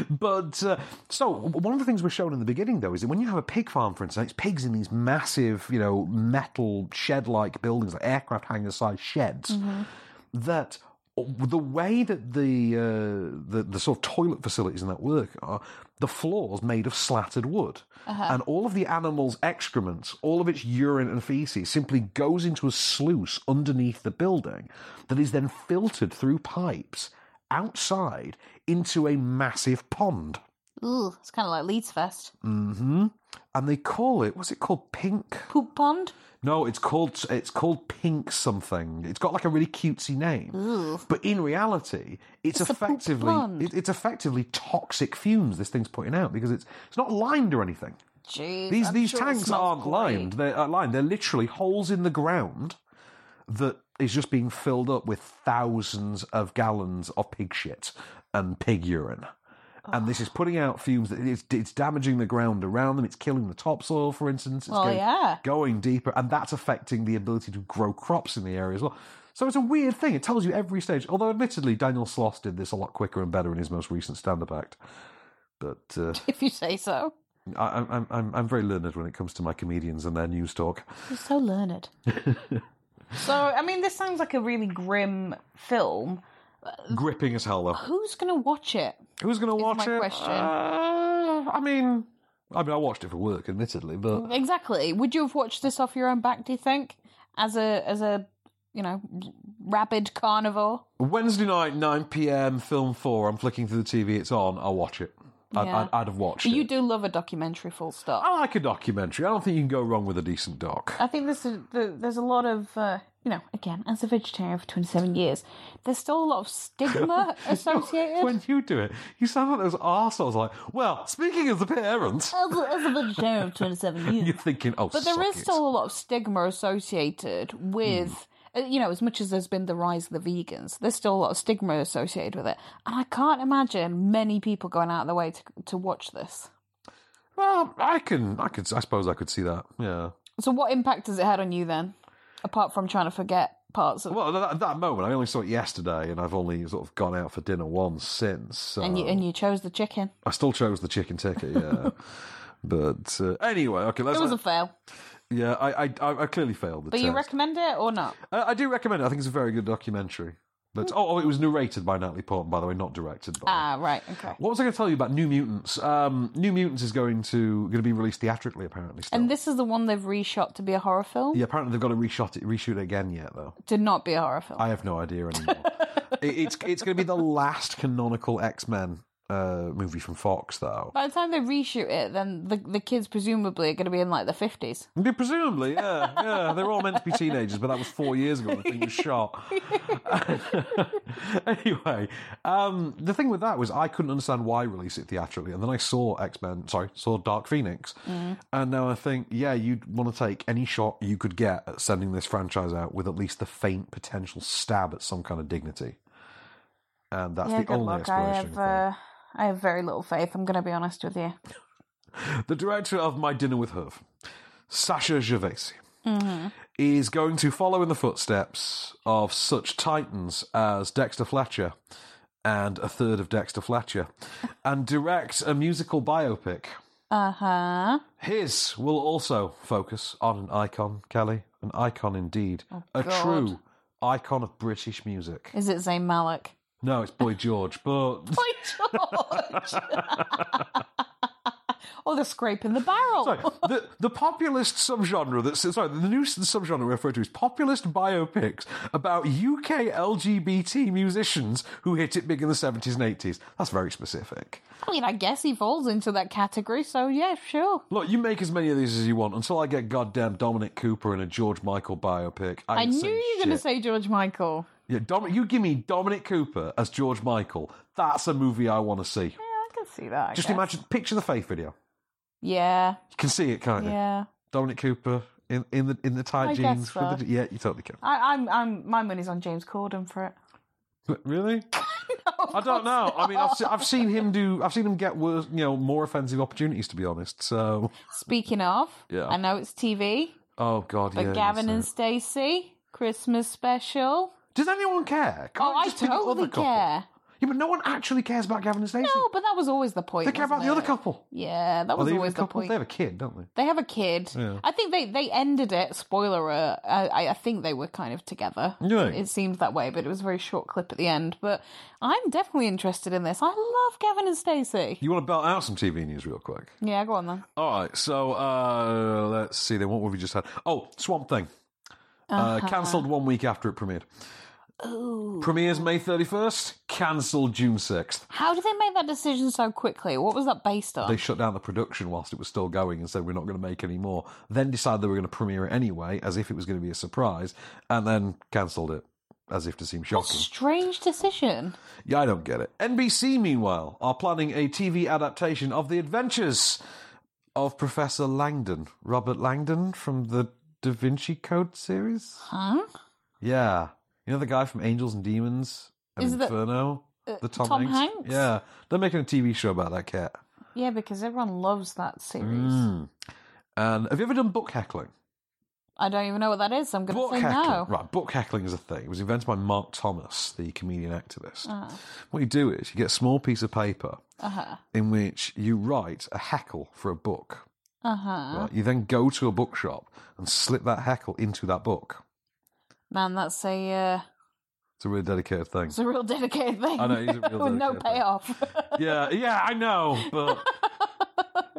[SPEAKER 1] but uh, so one of the things we're shown in the beginning, though, is that when you have a pig farm, for instance, it's pigs in these massive, you know, metal shed-like buildings, like aircraft hangar-sized sheds. that uh, the way that the, uh, the the sort of toilet facilities in that work are the floors made of slatted wood,
[SPEAKER 12] Uh-huh.
[SPEAKER 1] and all of the animal's excrements, all of its urine and feces, simply goes into a sluice underneath the building, that is then filtered through pipes outside into a massive pond.
[SPEAKER 2] Ooh, it's kind of like Leeds Fest.
[SPEAKER 1] hmm And they call it what's it called? Pink
[SPEAKER 2] poop pond.
[SPEAKER 1] No, it's called it's called pink something. It's got like a really cutesy name.
[SPEAKER 2] Ooh.
[SPEAKER 1] But in reality, it's,
[SPEAKER 2] It's a poop
[SPEAKER 1] effectively
[SPEAKER 2] pond.
[SPEAKER 1] it, it's effectively toxic fumes. This thing's putting out because it's it's not lined or anything.
[SPEAKER 2] Jeez.
[SPEAKER 1] these
[SPEAKER 2] I'm
[SPEAKER 1] these
[SPEAKER 2] sure it
[SPEAKER 1] tanks
[SPEAKER 2] smells
[SPEAKER 1] aren't
[SPEAKER 2] great.
[SPEAKER 1] lined. They're uh, lined. They're literally holes in the ground that is just being filled up with thousands of gallons of pig shit and pig urine. And
[SPEAKER 2] Ah.
[SPEAKER 1] this is putting out fumes. That it's, it's damaging the ground around them. It's killing the topsoil, for instance. It's
[SPEAKER 2] Well,
[SPEAKER 1] going,
[SPEAKER 2] yeah.
[SPEAKER 1] going deeper, and that's affecting the ability to grow crops in the area as well. So it's a weird thing. It tells you every stage. Although, admittedly, Daniel Sloss did this a lot quicker and better in his most recent stand-up act. But uh,
[SPEAKER 2] If you say so.
[SPEAKER 1] I, I'm- I'm, I'm I'm very learned when it comes to my comedians and their news talk.
[SPEAKER 2] You're so learned. so, I mean, this sounds like a really grim film.
[SPEAKER 1] Gripping as hell, though.
[SPEAKER 2] Who's going to watch it?
[SPEAKER 1] Who's going to watch
[SPEAKER 2] my
[SPEAKER 1] it?
[SPEAKER 2] question.
[SPEAKER 1] Uh, I mean, I mean, I watched it for work, admittedly, but
[SPEAKER 2] Exactly. Would you have watched this off your own back? Do you think, as a as a you know rabid carnivore?
[SPEAKER 1] Wednesday night, nine p.m. Film Four. I'm flicking through the TV. It's on. I'll watch it. I'd,
[SPEAKER 2] Yeah.
[SPEAKER 1] I'd, I'd have watched
[SPEAKER 2] But
[SPEAKER 1] it.
[SPEAKER 2] you do love a documentary, full stop.
[SPEAKER 1] I like a documentary. I don't think you can go wrong with a decent doc.
[SPEAKER 2] Oh. I think this is, the, there's a lot of uh, you know again as a vegetarian for 27 years, there's still a lot of stigma associated.
[SPEAKER 1] When you do it, you sound like those arseholes like, well, speaking as a parent.
[SPEAKER 2] As a, as a vegetarian for 27 years.
[SPEAKER 1] You're thinking, oh,
[SPEAKER 2] Uh, but there
[SPEAKER 1] suck
[SPEAKER 2] is
[SPEAKER 1] it.
[SPEAKER 2] still a lot of stigma associated with
[SPEAKER 1] Hmm.
[SPEAKER 2] uh you know as much as there's been the rise of the vegans there's still a lot of stigma associated with it and i can't imagine many people going out of their way to, to watch this
[SPEAKER 1] Well, I can, I could, I suppose I could see that. Yeah.
[SPEAKER 2] so what impact has it had on you then apart from trying to forget parts of
[SPEAKER 1] Well, that, that moment, I only saw it yesterday, and I've only sort of gone out for dinner once since. So
[SPEAKER 2] and you and you chose the chicken
[SPEAKER 1] I still chose the chicken ticket. Yeah. but uh, anyway, okay, let's.
[SPEAKER 2] it was a fail
[SPEAKER 1] yeah, I, I, I I clearly failed the
[SPEAKER 2] but you
[SPEAKER 1] test.
[SPEAKER 2] recommend it or not
[SPEAKER 1] Uh, I do recommend it. I think it's a very good documentary. But oh, oh, it was narrated by Natalie Portman, by the way, not directed by.
[SPEAKER 2] Hmm. ah right okay
[SPEAKER 1] What was I going to tell you about New Mutants? Um, New Mutants is going to going to be released theatrically, apparently. Still.
[SPEAKER 2] and this is the one they've reshot to be a horror film
[SPEAKER 1] Yeah, apparently they've got to reshoot it, reshoot it again yet, though.
[SPEAKER 2] to not be a horror film
[SPEAKER 1] I have no idea anymore. It- it's it's going to be the last canonical X Men uh, movie from Fox, though.
[SPEAKER 2] by the time they reshoot it then the, the kids presumably are going to be in like the 50s
[SPEAKER 1] Yeah, Presumably, yeah, yeah. They were all meant to be teenagers, but that was four years ago when the thing was shot. anyway, um, the thing with that was I couldn't understand why release it theatrically, and then I saw X Men, sorry, saw Dark Phoenix,
[SPEAKER 2] Mm.
[SPEAKER 12] Mhm.
[SPEAKER 1] and now I think, yeah, you'd want to take any shot you could get at sending this franchise out with at least the faint potential stab at some kind of dignity, and that's
[SPEAKER 2] yeah,
[SPEAKER 1] the
[SPEAKER 2] good
[SPEAKER 1] only
[SPEAKER 2] luck. I
[SPEAKER 1] explanation.
[SPEAKER 2] have, uh, I have very little faith. I'm going to be honest with you.
[SPEAKER 1] The director of My Dinner with Herve, Sasha Gervais.
[SPEAKER 2] Mm-hmm.
[SPEAKER 1] is going to follow in the footsteps of such titans as Dexter Fletcher and a third of Dexter Fletcher and direct a musical biopic.
[SPEAKER 2] Uh huh.
[SPEAKER 1] His will also focus on an icon, Kelly, an icon indeed, a
[SPEAKER 2] God.
[SPEAKER 1] true icon of British music.
[SPEAKER 2] Is it Zayn Malik?
[SPEAKER 1] No, it's Boy George, but
[SPEAKER 2] Boy George. or they're scraping Oh, the barrel.
[SPEAKER 1] Sorry, the, the populist subgenre that's sorry, the new subgenre we refer to is populist biopics about UK LGBT musicians who hit it big in the seventies and eighties. That's very specific.
[SPEAKER 2] I mean, I guess he falls into that category, so yeah, sure.
[SPEAKER 1] Look, you make as many of these as you want until I get goddamn Dominic Cooper in a George Michael biopic.
[SPEAKER 2] I,
[SPEAKER 1] I, ain't
[SPEAKER 2] knew
[SPEAKER 1] saying
[SPEAKER 2] you were going to
[SPEAKER 1] shit.
[SPEAKER 2] say George Michael.
[SPEAKER 1] Yeah, Dom- you give me Dominic Cooper as George Michael. That's a movie I want to see.
[SPEAKER 2] I can see that. I
[SPEAKER 1] Just
[SPEAKER 2] guess.
[SPEAKER 1] imagine, picture the Faith video.
[SPEAKER 2] Yeah,
[SPEAKER 1] You can see it, can't you?
[SPEAKER 2] yeah.
[SPEAKER 1] Dominic Cooper in, in the in the tight
[SPEAKER 2] I guess
[SPEAKER 1] jeans. with
[SPEAKER 2] so.
[SPEAKER 1] the, yeah, you totally can.
[SPEAKER 2] I, I'm, I'm. My money's on James Corden for it.
[SPEAKER 1] Really? I don't know. I mean, I've, se- I've seen him do. I've seen him get worse, you know, more offensive opportunities. To be honest, so
[SPEAKER 2] Speaking of,
[SPEAKER 1] Yeah.
[SPEAKER 2] I know it's TV,
[SPEAKER 1] oh god,
[SPEAKER 2] but
[SPEAKER 1] yeah.
[SPEAKER 2] Gavin
[SPEAKER 1] that's
[SPEAKER 2] and
[SPEAKER 1] it.
[SPEAKER 2] Stacey Christmas special.
[SPEAKER 1] Does anyone care? Can't
[SPEAKER 2] oh,
[SPEAKER 1] it
[SPEAKER 2] I
[SPEAKER 1] just be the other
[SPEAKER 2] totally
[SPEAKER 1] couple?
[SPEAKER 2] care.
[SPEAKER 1] Yeah, but no one actually cares about Gavin and Stacey.
[SPEAKER 2] No, but that was always the point.
[SPEAKER 1] they care about
[SPEAKER 2] wasn't
[SPEAKER 1] the other
[SPEAKER 2] it?
[SPEAKER 1] couple.
[SPEAKER 2] Yeah, that
[SPEAKER 1] Are
[SPEAKER 2] was
[SPEAKER 1] they even
[SPEAKER 2] always
[SPEAKER 1] a
[SPEAKER 2] the
[SPEAKER 1] couple?
[SPEAKER 2] point.
[SPEAKER 1] They have a kid, don't they?
[SPEAKER 2] They have a kid.
[SPEAKER 1] Yeah.
[SPEAKER 2] I think they, they ended it. Spoiler alert. I, I think they were kind of together.
[SPEAKER 1] Yeah.
[SPEAKER 2] It seemed that way, but it was a very short clip at the end. But I'm definitely interested in this. I love Gavin and Stacey.
[SPEAKER 1] You want to belt out some TV news real quick?
[SPEAKER 2] Yeah, go on then.
[SPEAKER 1] All right, so uh, let's see. Then what have we just had? Oh, Swamp Thing, uh
[SPEAKER 2] Uh-huh.
[SPEAKER 1] cancelled one week after it premiered.
[SPEAKER 2] Ooh.
[SPEAKER 1] Premieres May thirty first. Cancelled June sixth.
[SPEAKER 2] How did they make that decision so quickly? What was that based on?
[SPEAKER 1] They shut down the production whilst it was still going and said we're not going to make any more. Then decided they were going to premiere it anyway, as if it was going to be a surprise, and then cancelled it, as if to seem shocking.
[SPEAKER 2] Strange decision.
[SPEAKER 1] Yeah, I don't get it. NBC, meanwhile, are planning a TV adaptation of the adventures of Professor Langdon, Robert Langdon from the Da Vinci Code series.
[SPEAKER 2] Huh?
[SPEAKER 1] Yeah, you know the guy from Angels and Demons and
[SPEAKER 2] Is that-
[SPEAKER 1] Inferno,
[SPEAKER 2] uh,
[SPEAKER 1] the Tom,
[SPEAKER 2] Tom
[SPEAKER 1] Hanks?
[SPEAKER 2] Hanks?
[SPEAKER 1] Yeah, they're making a TV show about that cat.
[SPEAKER 2] Yeah, because everyone loves that series.
[SPEAKER 1] Mm. And have you ever done book heckling?
[SPEAKER 2] I don't even know what that is. So I'm going
[SPEAKER 1] Book
[SPEAKER 2] to say
[SPEAKER 1] heckling,
[SPEAKER 2] no.
[SPEAKER 1] right? Book heckling is a thing. It was invented by Mark Thomas, the comedian activist.
[SPEAKER 2] Ah.
[SPEAKER 1] What you do is you get a small piece of paper
[SPEAKER 2] Uh huh.
[SPEAKER 1] in which you write a heckle for a book.
[SPEAKER 2] Uh huh.
[SPEAKER 1] Right? You then go to a bookshop and slip that heckle into that book.
[SPEAKER 2] Man, that's a uh,
[SPEAKER 1] It's a really dedicated thing.
[SPEAKER 2] it's a real dedicated thing.
[SPEAKER 1] I know, it is a real
[SPEAKER 2] With no
[SPEAKER 1] dedicated thing.
[SPEAKER 2] payoff.
[SPEAKER 1] yeah, yeah, I know, but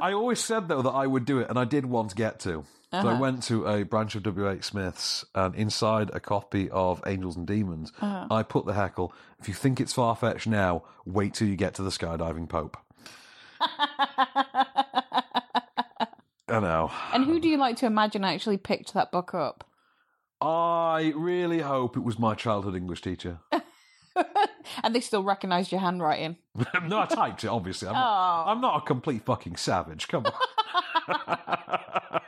[SPEAKER 1] I always said though that I would do it, and I did once get to. So I
[SPEAKER 2] Uh-huh.
[SPEAKER 1] went to a branch of WH Smith's, and inside a copy of Angels and Demons,
[SPEAKER 2] Uh-huh.
[SPEAKER 1] I put the heckle: "If you think it's far fetched now, wait till you get to the skydiving Pope." I know.
[SPEAKER 2] And who do you like to imagine actually picked that book up?
[SPEAKER 1] I really hope it was my childhood English teacher.
[SPEAKER 2] And they still recognised your handwriting.
[SPEAKER 1] no, I typed it, obviously. I'm, not,
[SPEAKER 2] Oh.
[SPEAKER 1] I'm not a complete fucking savage. Come on.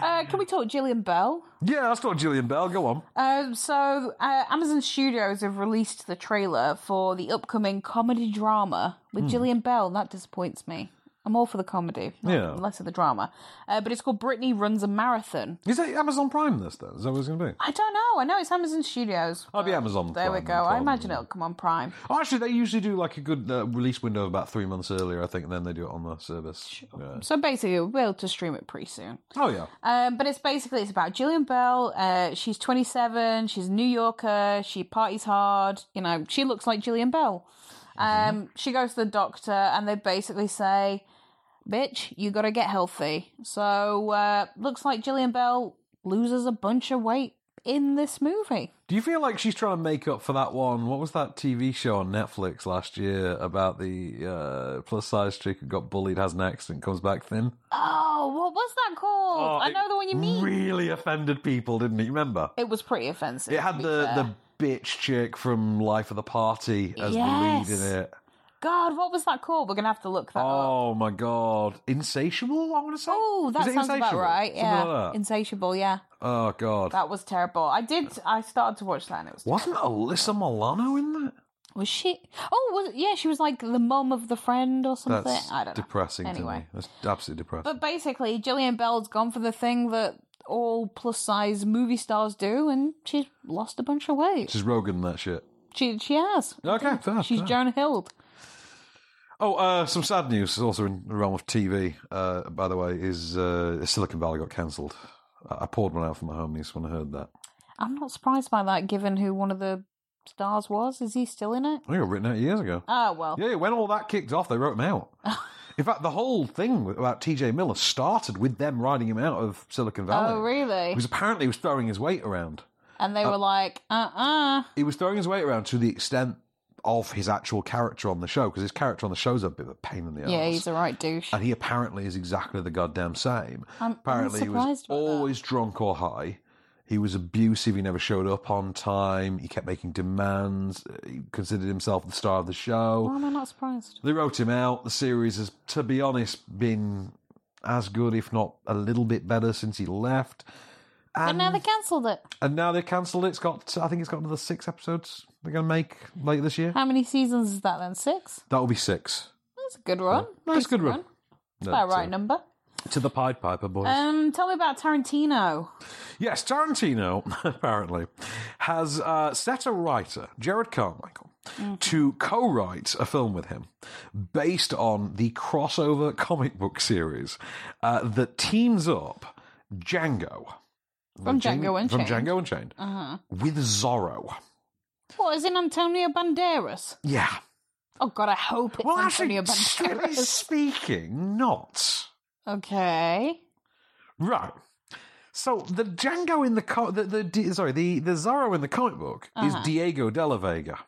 [SPEAKER 2] Uh, can we talk Gillian Bell?
[SPEAKER 1] yeah, that's not Gillian Bell. Go on.
[SPEAKER 2] Um, so uh, Amazon Studios have released the trailer for the upcoming comedy drama with
[SPEAKER 1] Hmm.
[SPEAKER 2] Gillian Bell. and That disappoints me. I'm all for the comedy, not-
[SPEAKER 1] Yeah.
[SPEAKER 2] less of the drama. Uh, but it's called Brittany Runs a Marathon.
[SPEAKER 1] Is that Amazon Prime this, though? Is that what it's going to be?
[SPEAKER 2] I don't know. I know it's Amazon Studios.
[SPEAKER 1] I'll be Amazon
[SPEAKER 2] Uh, There we
[SPEAKER 1] Prime,
[SPEAKER 2] go. I
[SPEAKER 1] probably.
[SPEAKER 2] imagine it'll come on Prime.
[SPEAKER 1] Oh, actually, they usually do like a good uh, release window of about three months earlier, I think, and then they do it on the service. Yeah.
[SPEAKER 2] So basically, we'll be able to stream it pretty soon.
[SPEAKER 1] Oh, yeah.
[SPEAKER 2] Um, but it's basically it's about Gillian Bell. Uh, she's 27. She's a New Yorker. She parties hard. You know, she looks like Gillian Bell. Um,
[SPEAKER 1] Mm-hmm.
[SPEAKER 2] She goes to the doctor, and they basically say, "Bitch, you got to get healthy." So uh, looks like Gillian Bell loses a bunch of weight in this movie.
[SPEAKER 1] Do you feel like she's trying to make up for that one? What was that TV show on Netflix last year about the uh, plus size chick who got bullied, has an accident, comes back thin?
[SPEAKER 2] Oh, what was that called?
[SPEAKER 1] Oh,
[SPEAKER 2] I
[SPEAKER 1] it
[SPEAKER 2] know the one you mean.
[SPEAKER 1] Really offended people, didn't it? You remember?
[SPEAKER 2] It was pretty offensive.
[SPEAKER 1] It had
[SPEAKER 2] to be
[SPEAKER 1] the,
[SPEAKER 2] fair.
[SPEAKER 1] the bitch chick from Life of the Party as the lead
[SPEAKER 2] Yes.
[SPEAKER 1] in it.
[SPEAKER 2] God, what was that called? We're gonna have to look that up.
[SPEAKER 1] Oh my god. Insatiable, I want to say?
[SPEAKER 2] Oh, that
[SPEAKER 1] Is it
[SPEAKER 2] sounds about
[SPEAKER 1] Insatiable?
[SPEAKER 2] right.
[SPEAKER 1] Something
[SPEAKER 2] Yeah,
[SPEAKER 1] like that.
[SPEAKER 2] insatiable. Yeah,
[SPEAKER 1] Oh god.
[SPEAKER 2] that was terrible. I did. I started to watch that. and it was
[SPEAKER 1] Wasn't Alyssa Milano in that?
[SPEAKER 2] was she? Oh, was yeah. She was like the mum of the friend or something.
[SPEAKER 1] That's
[SPEAKER 2] I don't know.
[SPEAKER 1] depressing
[SPEAKER 2] Anyway.
[SPEAKER 1] to me. That's absolutely depressing.
[SPEAKER 2] But basically, Gillian Bell's gone for the thing that all plus size movie stars do, and she's lost a bunch of weight.
[SPEAKER 1] She's Rogan that shit.
[SPEAKER 2] She she has.
[SPEAKER 1] Okay, fair.
[SPEAKER 2] She's
[SPEAKER 1] fair.
[SPEAKER 2] Joan Hild.
[SPEAKER 1] Oh, uh, some sad news also in the realm of TV, uh, by the way, is uh, Silicon Valley got cancelled. I I poured one out for my homies when I heard that.
[SPEAKER 2] I'm not surprised by that, given who one of the stars was. Is he still in it?
[SPEAKER 1] I think it was Oh, written out years ago.
[SPEAKER 2] Ah, well.
[SPEAKER 1] Yeah, when all that kicked off, they wrote him out. In fact, the whole thing about T.J. Miller started with them riding him out of Silicon Valley.
[SPEAKER 2] Oh, really?
[SPEAKER 1] Because apparently he was throwing his weight around.
[SPEAKER 2] And they
[SPEAKER 1] Uh,
[SPEAKER 2] were like, uh uh
[SPEAKER 1] He was throwing his weight around to the extent of his actual character on the show, because his character on the show's a bit of a pain in the
[SPEAKER 2] Yeah,
[SPEAKER 1] arse.
[SPEAKER 2] he's a right douche.
[SPEAKER 1] and he apparently is exactly the goddamn same.
[SPEAKER 2] I'm- I'm
[SPEAKER 1] apparently, he was
[SPEAKER 2] surprised
[SPEAKER 1] always drunk or high. He was abusive. He never showed up on time. He kept making demands. He considered himself the star of the show.
[SPEAKER 2] Why am I not surprised?
[SPEAKER 1] They wrote him out. The series has, to be honest, been as good, if not a little bit better, since he left.
[SPEAKER 2] but now they cancelled it.
[SPEAKER 1] And now they've cancelled it. It's got, I think it's got another six episodes they're going to make later this year.
[SPEAKER 2] How many seasons is that then? Six?
[SPEAKER 1] That'll be six.
[SPEAKER 2] That's a good run.
[SPEAKER 1] That's a good run.
[SPEAKER 2] It's
[SPEAKER 1] No,
[SPEAKER 2] about
[SPEAKER 1] it's,
[SPEAKER 2] right
[SPEAKER 1] uh,
[SPEAKER 2] number.
[SPEAKER 1] To the Pied Piper boys.
[SPEAKER 2] Um, tell me about Tarantino.
[SPEAKER 1] Yes, Tarantino apparently has uh, set a writer, Jared Carmichael,
[SPEAKER 2] Mm-hmm.
[SPEAKER 1] to co-write a film with him based on the crossover comic book series uh, that teams up Django
[SPEAKER 2] From
[SPEAKER 1] The Jing-
[SPEAKER 2] Django Unchained.
[SPEAKER 1] from Django Unchained
[SPEAKER 2] Uh-huh.
[SPEAKER 1] with Zorro.
[SPEAKER 2] What, is it Antonio Banderas?
[SPEAKER 1] Yeah,
[SPEAKER 2] Oh, God, I hope it's Antonio
[SPEAKER 1] strictly
[SPEAKER 2] Banderas.
[SPEAKER 1] speaking, not.
[SPEAKER 2] Okay.
[SPEAKER 1] Right. So the Django in the co- the, the D- sorry the the Zorro in the comic book
[SPEAKER 2] Uh-huh.
[SPEAKER 1] is Diego de la Vega,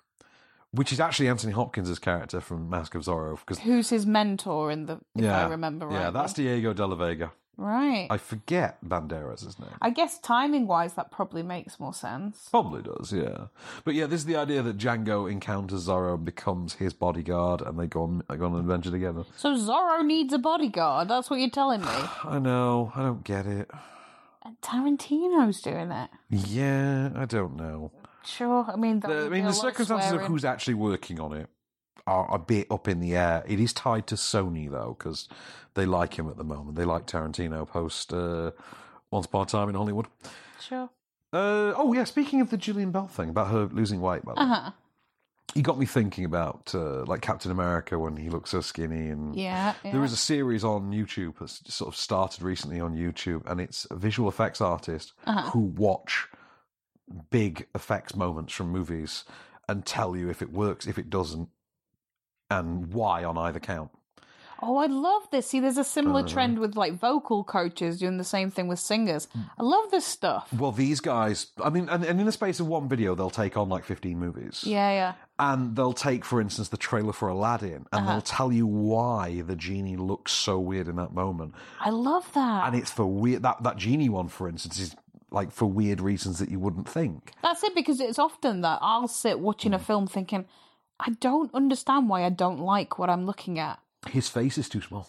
[SPEAKER 1] which is actually Anthony Hopkins' character from Mask of Zorro. Because
[SPEAKER 2] Who's his mentor in the, if
[SPEAKER 1] yeah,
[SPEAKER 2] I remember right?
[SPEAKER 1] yeah, that's Diego de la Vega.
[SPEAKER 2] Right.
[SPEAKER 1] I forget Banderas' name.
[SPEAKER 2] I guess timing wise, that probably makes more sense.
[SPEAKER 1] Probably does, yeah. But yeah, this is the idea that Django encounters Zorro and becomes his bodyguard, and they go on they go on an adventure together.
[SPEAKER 2] So Zorro needs a bodyguard. That's what you're telling me.
[SPEAKER 1] I know, I don't get it.
[SPEAKER 2] and Tarantino's doing it.
[SPEAKER 1] Yeah, I don't know.
[SPEAKER 2] Sure. I mean, that
[SPEAKER 1] The-
[SPEAKER 2] would
[SPEAKER 1] I
[SPEAKER 2] be
[SPEAKER 1] mean, the
[SPEAKER 2] a lot of
[SPEAKER 1] circumstances of
[SPEAKER 2] swearing.
[SPEAKER 1] who's actually working on it are a bit up in the air. It is tied to Sony though, because they like him at the moment. They like Tarantino post uh, Once Upon a Time in Hollywood.
[SPEAKER 2] Sure.
[SPEAKER 1] Uh, oh yeah, speaking of the Julian Bell thing about her losing weight, by the
[SPEAKER 2] Uh
[SPEAKER 1] way,
[SPEAKER 2] huh.
[SPEAKER 1] he got me thinking about uh, like Captain America when he looked so skinny and
[SPEAKER 2] Yeah, yeah.
[SPEAKER 1] there is a series on YouTube that's sort of started recently on YouTube, and it's a visual effects artist
[SPEAKER 2] Uh-huh.
[SPEAKER 1] who watch big effects moments from movies and tell you if it works, if it doesn't, and why on either count.
[SPEAKER 2] Oh, I love this. See, there's a similar
[SPEAKER 1] Uh-huh.
[SPEAKER 2] trend with like vocal coaches doing the same thing with singers. I love this stuff.
[SPEAKER 1] Well, these guys, I mean, and, and in the space of one video, they'll take on like fifteen movies.
[SPEAKER 2] Yeah, yeah.
[SPEAKER 1] And they'll take, for instance, the trailer for Aladdin, and
[SPEAKER 2] Uh-huh.
[SPEAKER 1] they'll tell you why the genie looks so weird in that moment.
[SPEAKER 2] I love that.
[SPEAKER 1] and it's for weird that that genie one for instance is like for weird reasons that you wouldn't think
[SPEAKER 2] That's it because it's often that I'll sit watching a
[SPEAKER 1] Hmm.
[SPEAKER 2] film thinking, I don't understand why I don't like what I'm looking at.
[SPEAKER 1] his face is too small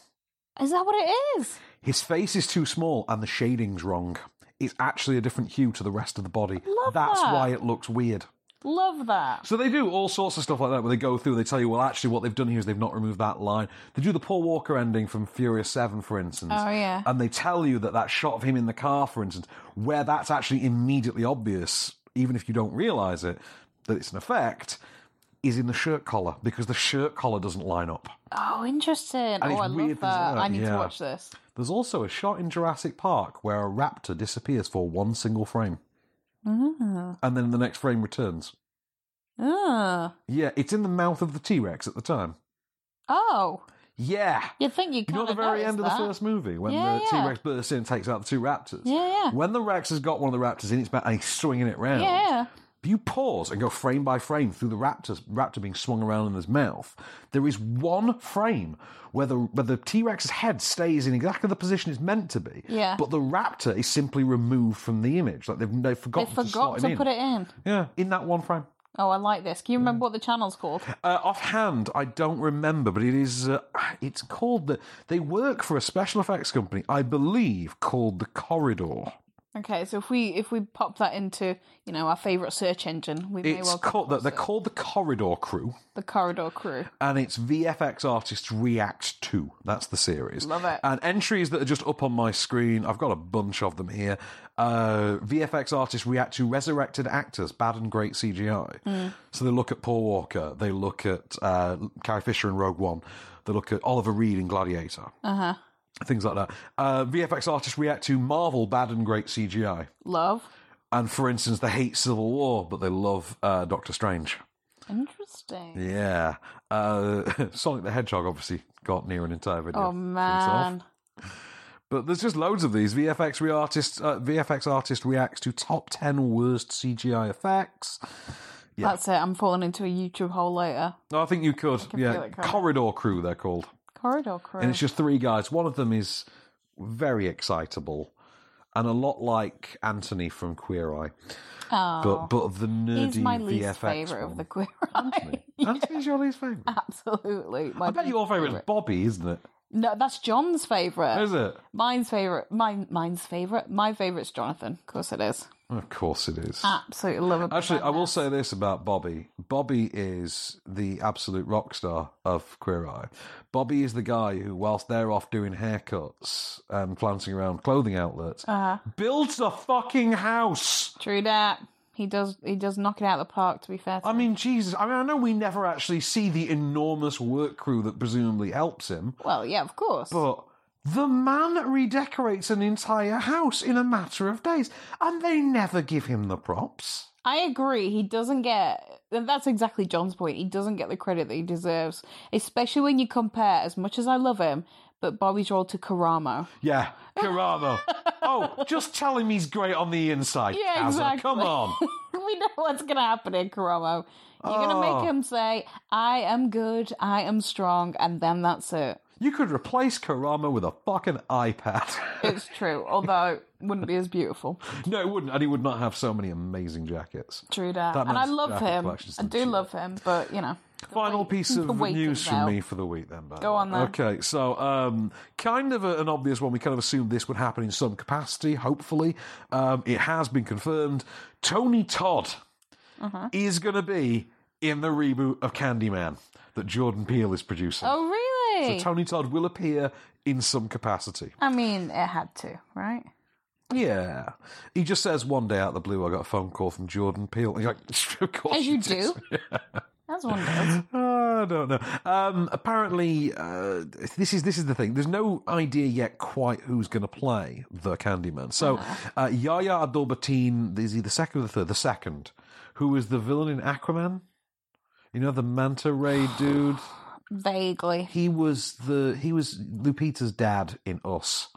[SPEAKER 2] Is that what it is?
[SPEAKER 1] his face is too small and the shading's wrong it's actually a different hue to the rest of the body
[SPEAKER 2] love
[SPEAKER 1] that's
[SPEAKER 2] that.
[SPEAKER 1] why it looks weird
[SPEAKER 2] Love that.
[SPEAKER 1] so they do all sorts of stuff like that where they go through they tell you well actually what they've done here is they've not removed that line they do the paul walker ending from furious 7 for instance
[SPEAKER 2] Oh, yeah.
[SPEAKER 1] and they tell you that that shot of him in the car for instance where that's actually immediately obvious even if you don't realize it that it's an effect is in the shirt collar because the shirt collar doesn't line up
[SPEAKER 2] Oh, interesting.
[SPEAKER 1] And
[SPEAKER 2] oh,
[SPEAKER 1] it's
[SPEAKER 2] I love
[SPEAKER 1] weird
[SPEAKER 2] that.
[SPEAKER 1] as well,
[SPEAKER 2] I need to
[SPEAKER 1] yeah.
[SPEAKER 2] watch this.
[SPEAKER 1] there's also a shot in jurassic park where a raptor disappears for one single frame
[SPEAKER 2] Ah.
[SPEAKER 1] and then the next frame returns
[SPEAKER 2] Ah.
[SPEAKER 1] yeah it's in the mouth of the t-rex at the time
[SPEAKER 2] Oh.
[SPEAKER 1] yeah
[SPEAKER 2] You'd think you
[SPEAKER 1] You
[SPEAKER 2] kind
[SPEAKER 1] know, at the
[SPEAKER 2] of
[SPEAKER 1] very end of
[SPEAKER 2] notice
[SPEAKER 1] the
[SPEAKER 2] that.
[SPEAKER 1] first movie, when
[SPEAKER 2] Yeah,
[SPEAKER 1] the
[SPEAKER 2] yeah.
[SPEAKER 1] T Rex bursts in and takes out the two raptors.
[SPEAKER 2] Yeah, yeah.
[SPEAKER 1] When the Rex has got one of the raptors in its mouth and he's swinging it round,
[SPEAKER 2] Yeah.
[SPEAKER 1] you pause and go frame by frame through the raptors, raptor being swung around in his mouth. There is one frame where the where the T Rex's head stays in exactly the position it's meant to be.
[SPEAKER 2] Yeah.
[SPEAKER 1] But the raptor is simply removed from the image, like they've they've
[SPEAKER 2] They
[SPEAKER 1] forgotten to
[SPEAKER 2] forgot
[SPEAKER 1] slot
[SPEAKER 2] to
[SPEAKER 1] him
[SPEAKER 2] put
[SPEAKER 1] in.
[SPEAKER 2] it in.
[SPEAKER 1] Yeah, in that one frame.
[SPEAKER 2] Oh, I like this. Can you
[SPEAKER 1] Hmm.
[SPEAKER 2] remember what the channel's called?
[SPEAKER 1] Uh, offhand, I don't remember, but it is. Uh, it's called the. They work for a special effects company, I believe, called the Corridor.
[SPEAKER 2] Okay, so if we if we pop that into you know our favorite search engine, we may
[SPEAKER 1] It's
[SPEAKER 2] well come
[SPEAKER 1] called.
[SPEAKER 2] across
[SPEAKER 1] They're
[SPEAKER 2] it.
[SPEAKER 1] called the Corridor Crew,
[SPEAKER 2] the Corridor Crew.
[SPEAKER 1] and it's VFX artists react to. That's the series.
[SPEAKER 2] Love it.
[SPEAKER 1] And entries that are just up on my screen. I've got a bunch of them here. Uh, VFX artists react to resurrected actors, bad and great CGI.
[SPEAKER 2] Mm.
[SPEAKER 1] So they look at Paul Walker. They look at uh, Carrie Fisher in Rogue One. They look at Oliver Reed in Gladiator.
[SPEAKER 2] Uh huh.
[SPEAKER 1] things like that. Uh, VFX artists react to Marvel bad and great CGI.
[SPEAKER 2] Love.
[SPEAKER 1] And for instance, they hate Civil War, but they love uh, Doctor Strange.
[SPEAKER 2] Interesting.
[SPEAKER 1] Yeah. Uh, Sonic the Hedgehog, obviously, got near an entire video.
[SPEAKER 2] Oh
[SPEAKER 1] to himself.
[SPEAKER 2] man.
[SPEAKER 1] But there's just loads of these. VFX re- artist uh, VFX artist reacts to top ten worst CGI effects. Yeah.
[SPEAKER 2] That's it. I'm falling into a YouTube hole later.
[SPEAKER 1] No, I think you could.
[SPEAKER 2] can feel
[SPEAKER 1] Yeah,
[SPEAKER 2] it coming.
[SPEAKER 1] corridor crew they're called,
[SPEAKER 2] Corridor crew.
[SPEAKER 1] and it's just three guys. One of them is very excitable, and a lot like Anthony from Queer Eye,
[SPEAKER 2] oh,
[SPEAKER 1] but but of the nerdy
[SPEAKER 2] he's my least
[SPEAKER 1] VFX
[SPEAKER 2] favorite
[SPEAKER 1] one.
[SPEAKER 2] of the queer eye.
[SPEAKER 1] Anthony's your least favorite.
[SPEAKER 2] Absolutely. My
[SPEAKER 1] I bet your favorite is Bobby, isn't it?
[SPEAKER 2] No, that's John's favorite.
[SPEAKER 1] Is it?
[SPEAKER 2] Mine's favorite. Mine. Mine's favorite. My favorite's Jonathan. Of course it is.
[SPEAKER 1] Of course it is.
[SPEAKER 2] Ah. Absolutely love it.
[SPEAKER 1] Actually, I will say this about Bobby. Bobby is the absolute rock star of Queer Eye. Bobby is the guy who, whilst they're off doing haircuts and flouncing around clothing outlets,
[SPEAKER 2] Uh-huh.
[SPEAKER 1] Builds a fucking house.
[SPEAKER 2] True that. He does. He does knock it out of the park. To be fair. To
[SPEAKER 1] I mean, Jesus. I mean, I know we never actually see the enormous work crew that presumably helps him.
[SPEAKER 2] Well, yeah, of course.
[SPEAKER 1] But the man redecorates an entire house in a matter of days, and they never give him the props.
[SPEAKER 2] I agree. He doesn't get. and That's exactly John's point. He doesn't get the credit that he deserves, especially when you compare. As much as I love him, but Bobby's role to Karamo.
[SPEAKER 1] Yeah, Karamo. oh, just tell him he's great on the inside.
[SPEAKER 2] Yeah,
[SPEAKER 1] Kazza.
[SPEAKER 2] exactly.
[SPEAKER 1] Come on.
[SPEAKER 2] we know what's going to happen in Karamo. You're going to
[SPEAKER 1] Oh.
[SPEAKER 2] make him say, "I am good. I am strong," and then that's it.
[SPEAKER 1] You could replace Karamo with a fucking iPad.
[SPEAKER 2] It's true, although it wouldn't be as beautiful.
[SPEAKER 1] no, it wouldn't, and he would not have so many amazing jackets.
[SPEAKER 2] True that.
[SPEAKER 1] That
[SPEAKER 2] and I
[SPEAKER 1] man's
[SPEAKER 2] love
[SPEAKER 1] jacket
[SPEAKER 2] him.
[SPEAKER 1] collection's
[SPEAKER 2] I do love him, but you know.
[SPEAKER 1] Final piece of
[SPEAKER 2] the weight
[SPEAKER 1] news
[SPEAKER 2] is
[SPEAKER 1] from
[SPEAKER 2] out.
[SPEAKER 1] me for the week, then. by the
[SPEAKER 2] Go
[SPEAKER 1] way.
[SPEAKER 2] on, then.
[SPEAKER 1] Okay, so um, kind of a, an obvious one. We kind of assumed this would happen in some capacity. Hopefully, um, it has been confirmed. Tony Todd
[SPEAKER 2] Uh-huh.
[SPEAKER 1] is going to be in the reboot of Candyman that Jordan Peele is producing.
[SPEAKER 2] Oh really?
[SPEAKER 1] So Tony Todd will appear in some capacity.
[SPEAKER 2] I mean, it had to, right?
[SPEAKER 1] Yeah. He just says one day out of the blue, I got a phone call from Jordan Peele. And you're like, of course.
[SPEAKER 2] As you do.
[SPEAKER 1] did."
[SPEAKER 2] That's one does.
[SPEAKER 1] I don't know. Um, apparently, uh, this is this is the thing. There's no idea yet quite who's going to play the Candyman. So,
[SPEAKER 2] Uh-huh.
[SPEAKER 1] uh, Yahya Abdul Mateen is he the second or the third? The second, who was the villain in Aquaman? You know the manta ray dude.
[SPEAKER 2] Vaguely.
[SPEAKER 1] He was the he was Lupita's dad in Us.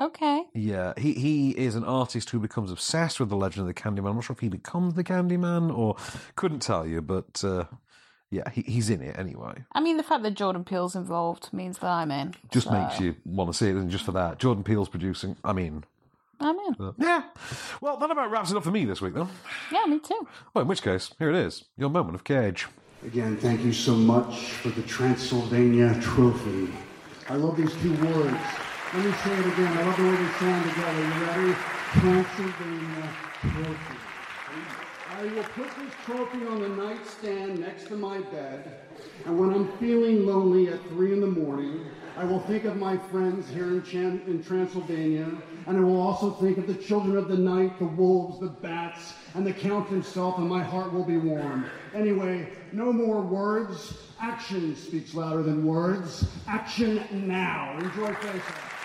[SPEAKER 2] Okay.
[SPEAKER 1] Yeah, he he is an artist who becomes obsessed with the legend of the Candyman. I'm not sure if he becomes the Candyman or couldn't tell you, but uh, yeah, he, he's in it anyway.
[SPEAKER 2] I mean, the fact that Jordan Peele's involved means that I'm in.
[SPEAKER 1] Just
[SPEAKER 2] so-
[SPEAKER 1] makes you want to see it, and just for that, Jordan Peele's producing. I mean,
[SPEAKER 2] I'm in.
[SPEAKER 1] uh, yeah. Well, that about wraps it up for me this week, then.
[SPEAKER 2] Yeah, me too.
[SPEAKER 1] Well, in which case, here it is, your moment of cage.
[SPEAKER 12] Again, thank you so much for the Transylvania Trophy. I love these two words. Let me say it again. I love the way they sound together. You ready? Transylvania Trophy. I will put this trophy on the nightstand next to my bed, and when I'm feeling lonely at three in the morning, I will think of my friends here in, Chan- in Transylvania, and I will also think of the children of the night, the wolves, the bats, and the count himself, and my heart will be warm. Anyway, no more words. Action speaks louder than words. Action now. Enjoy face.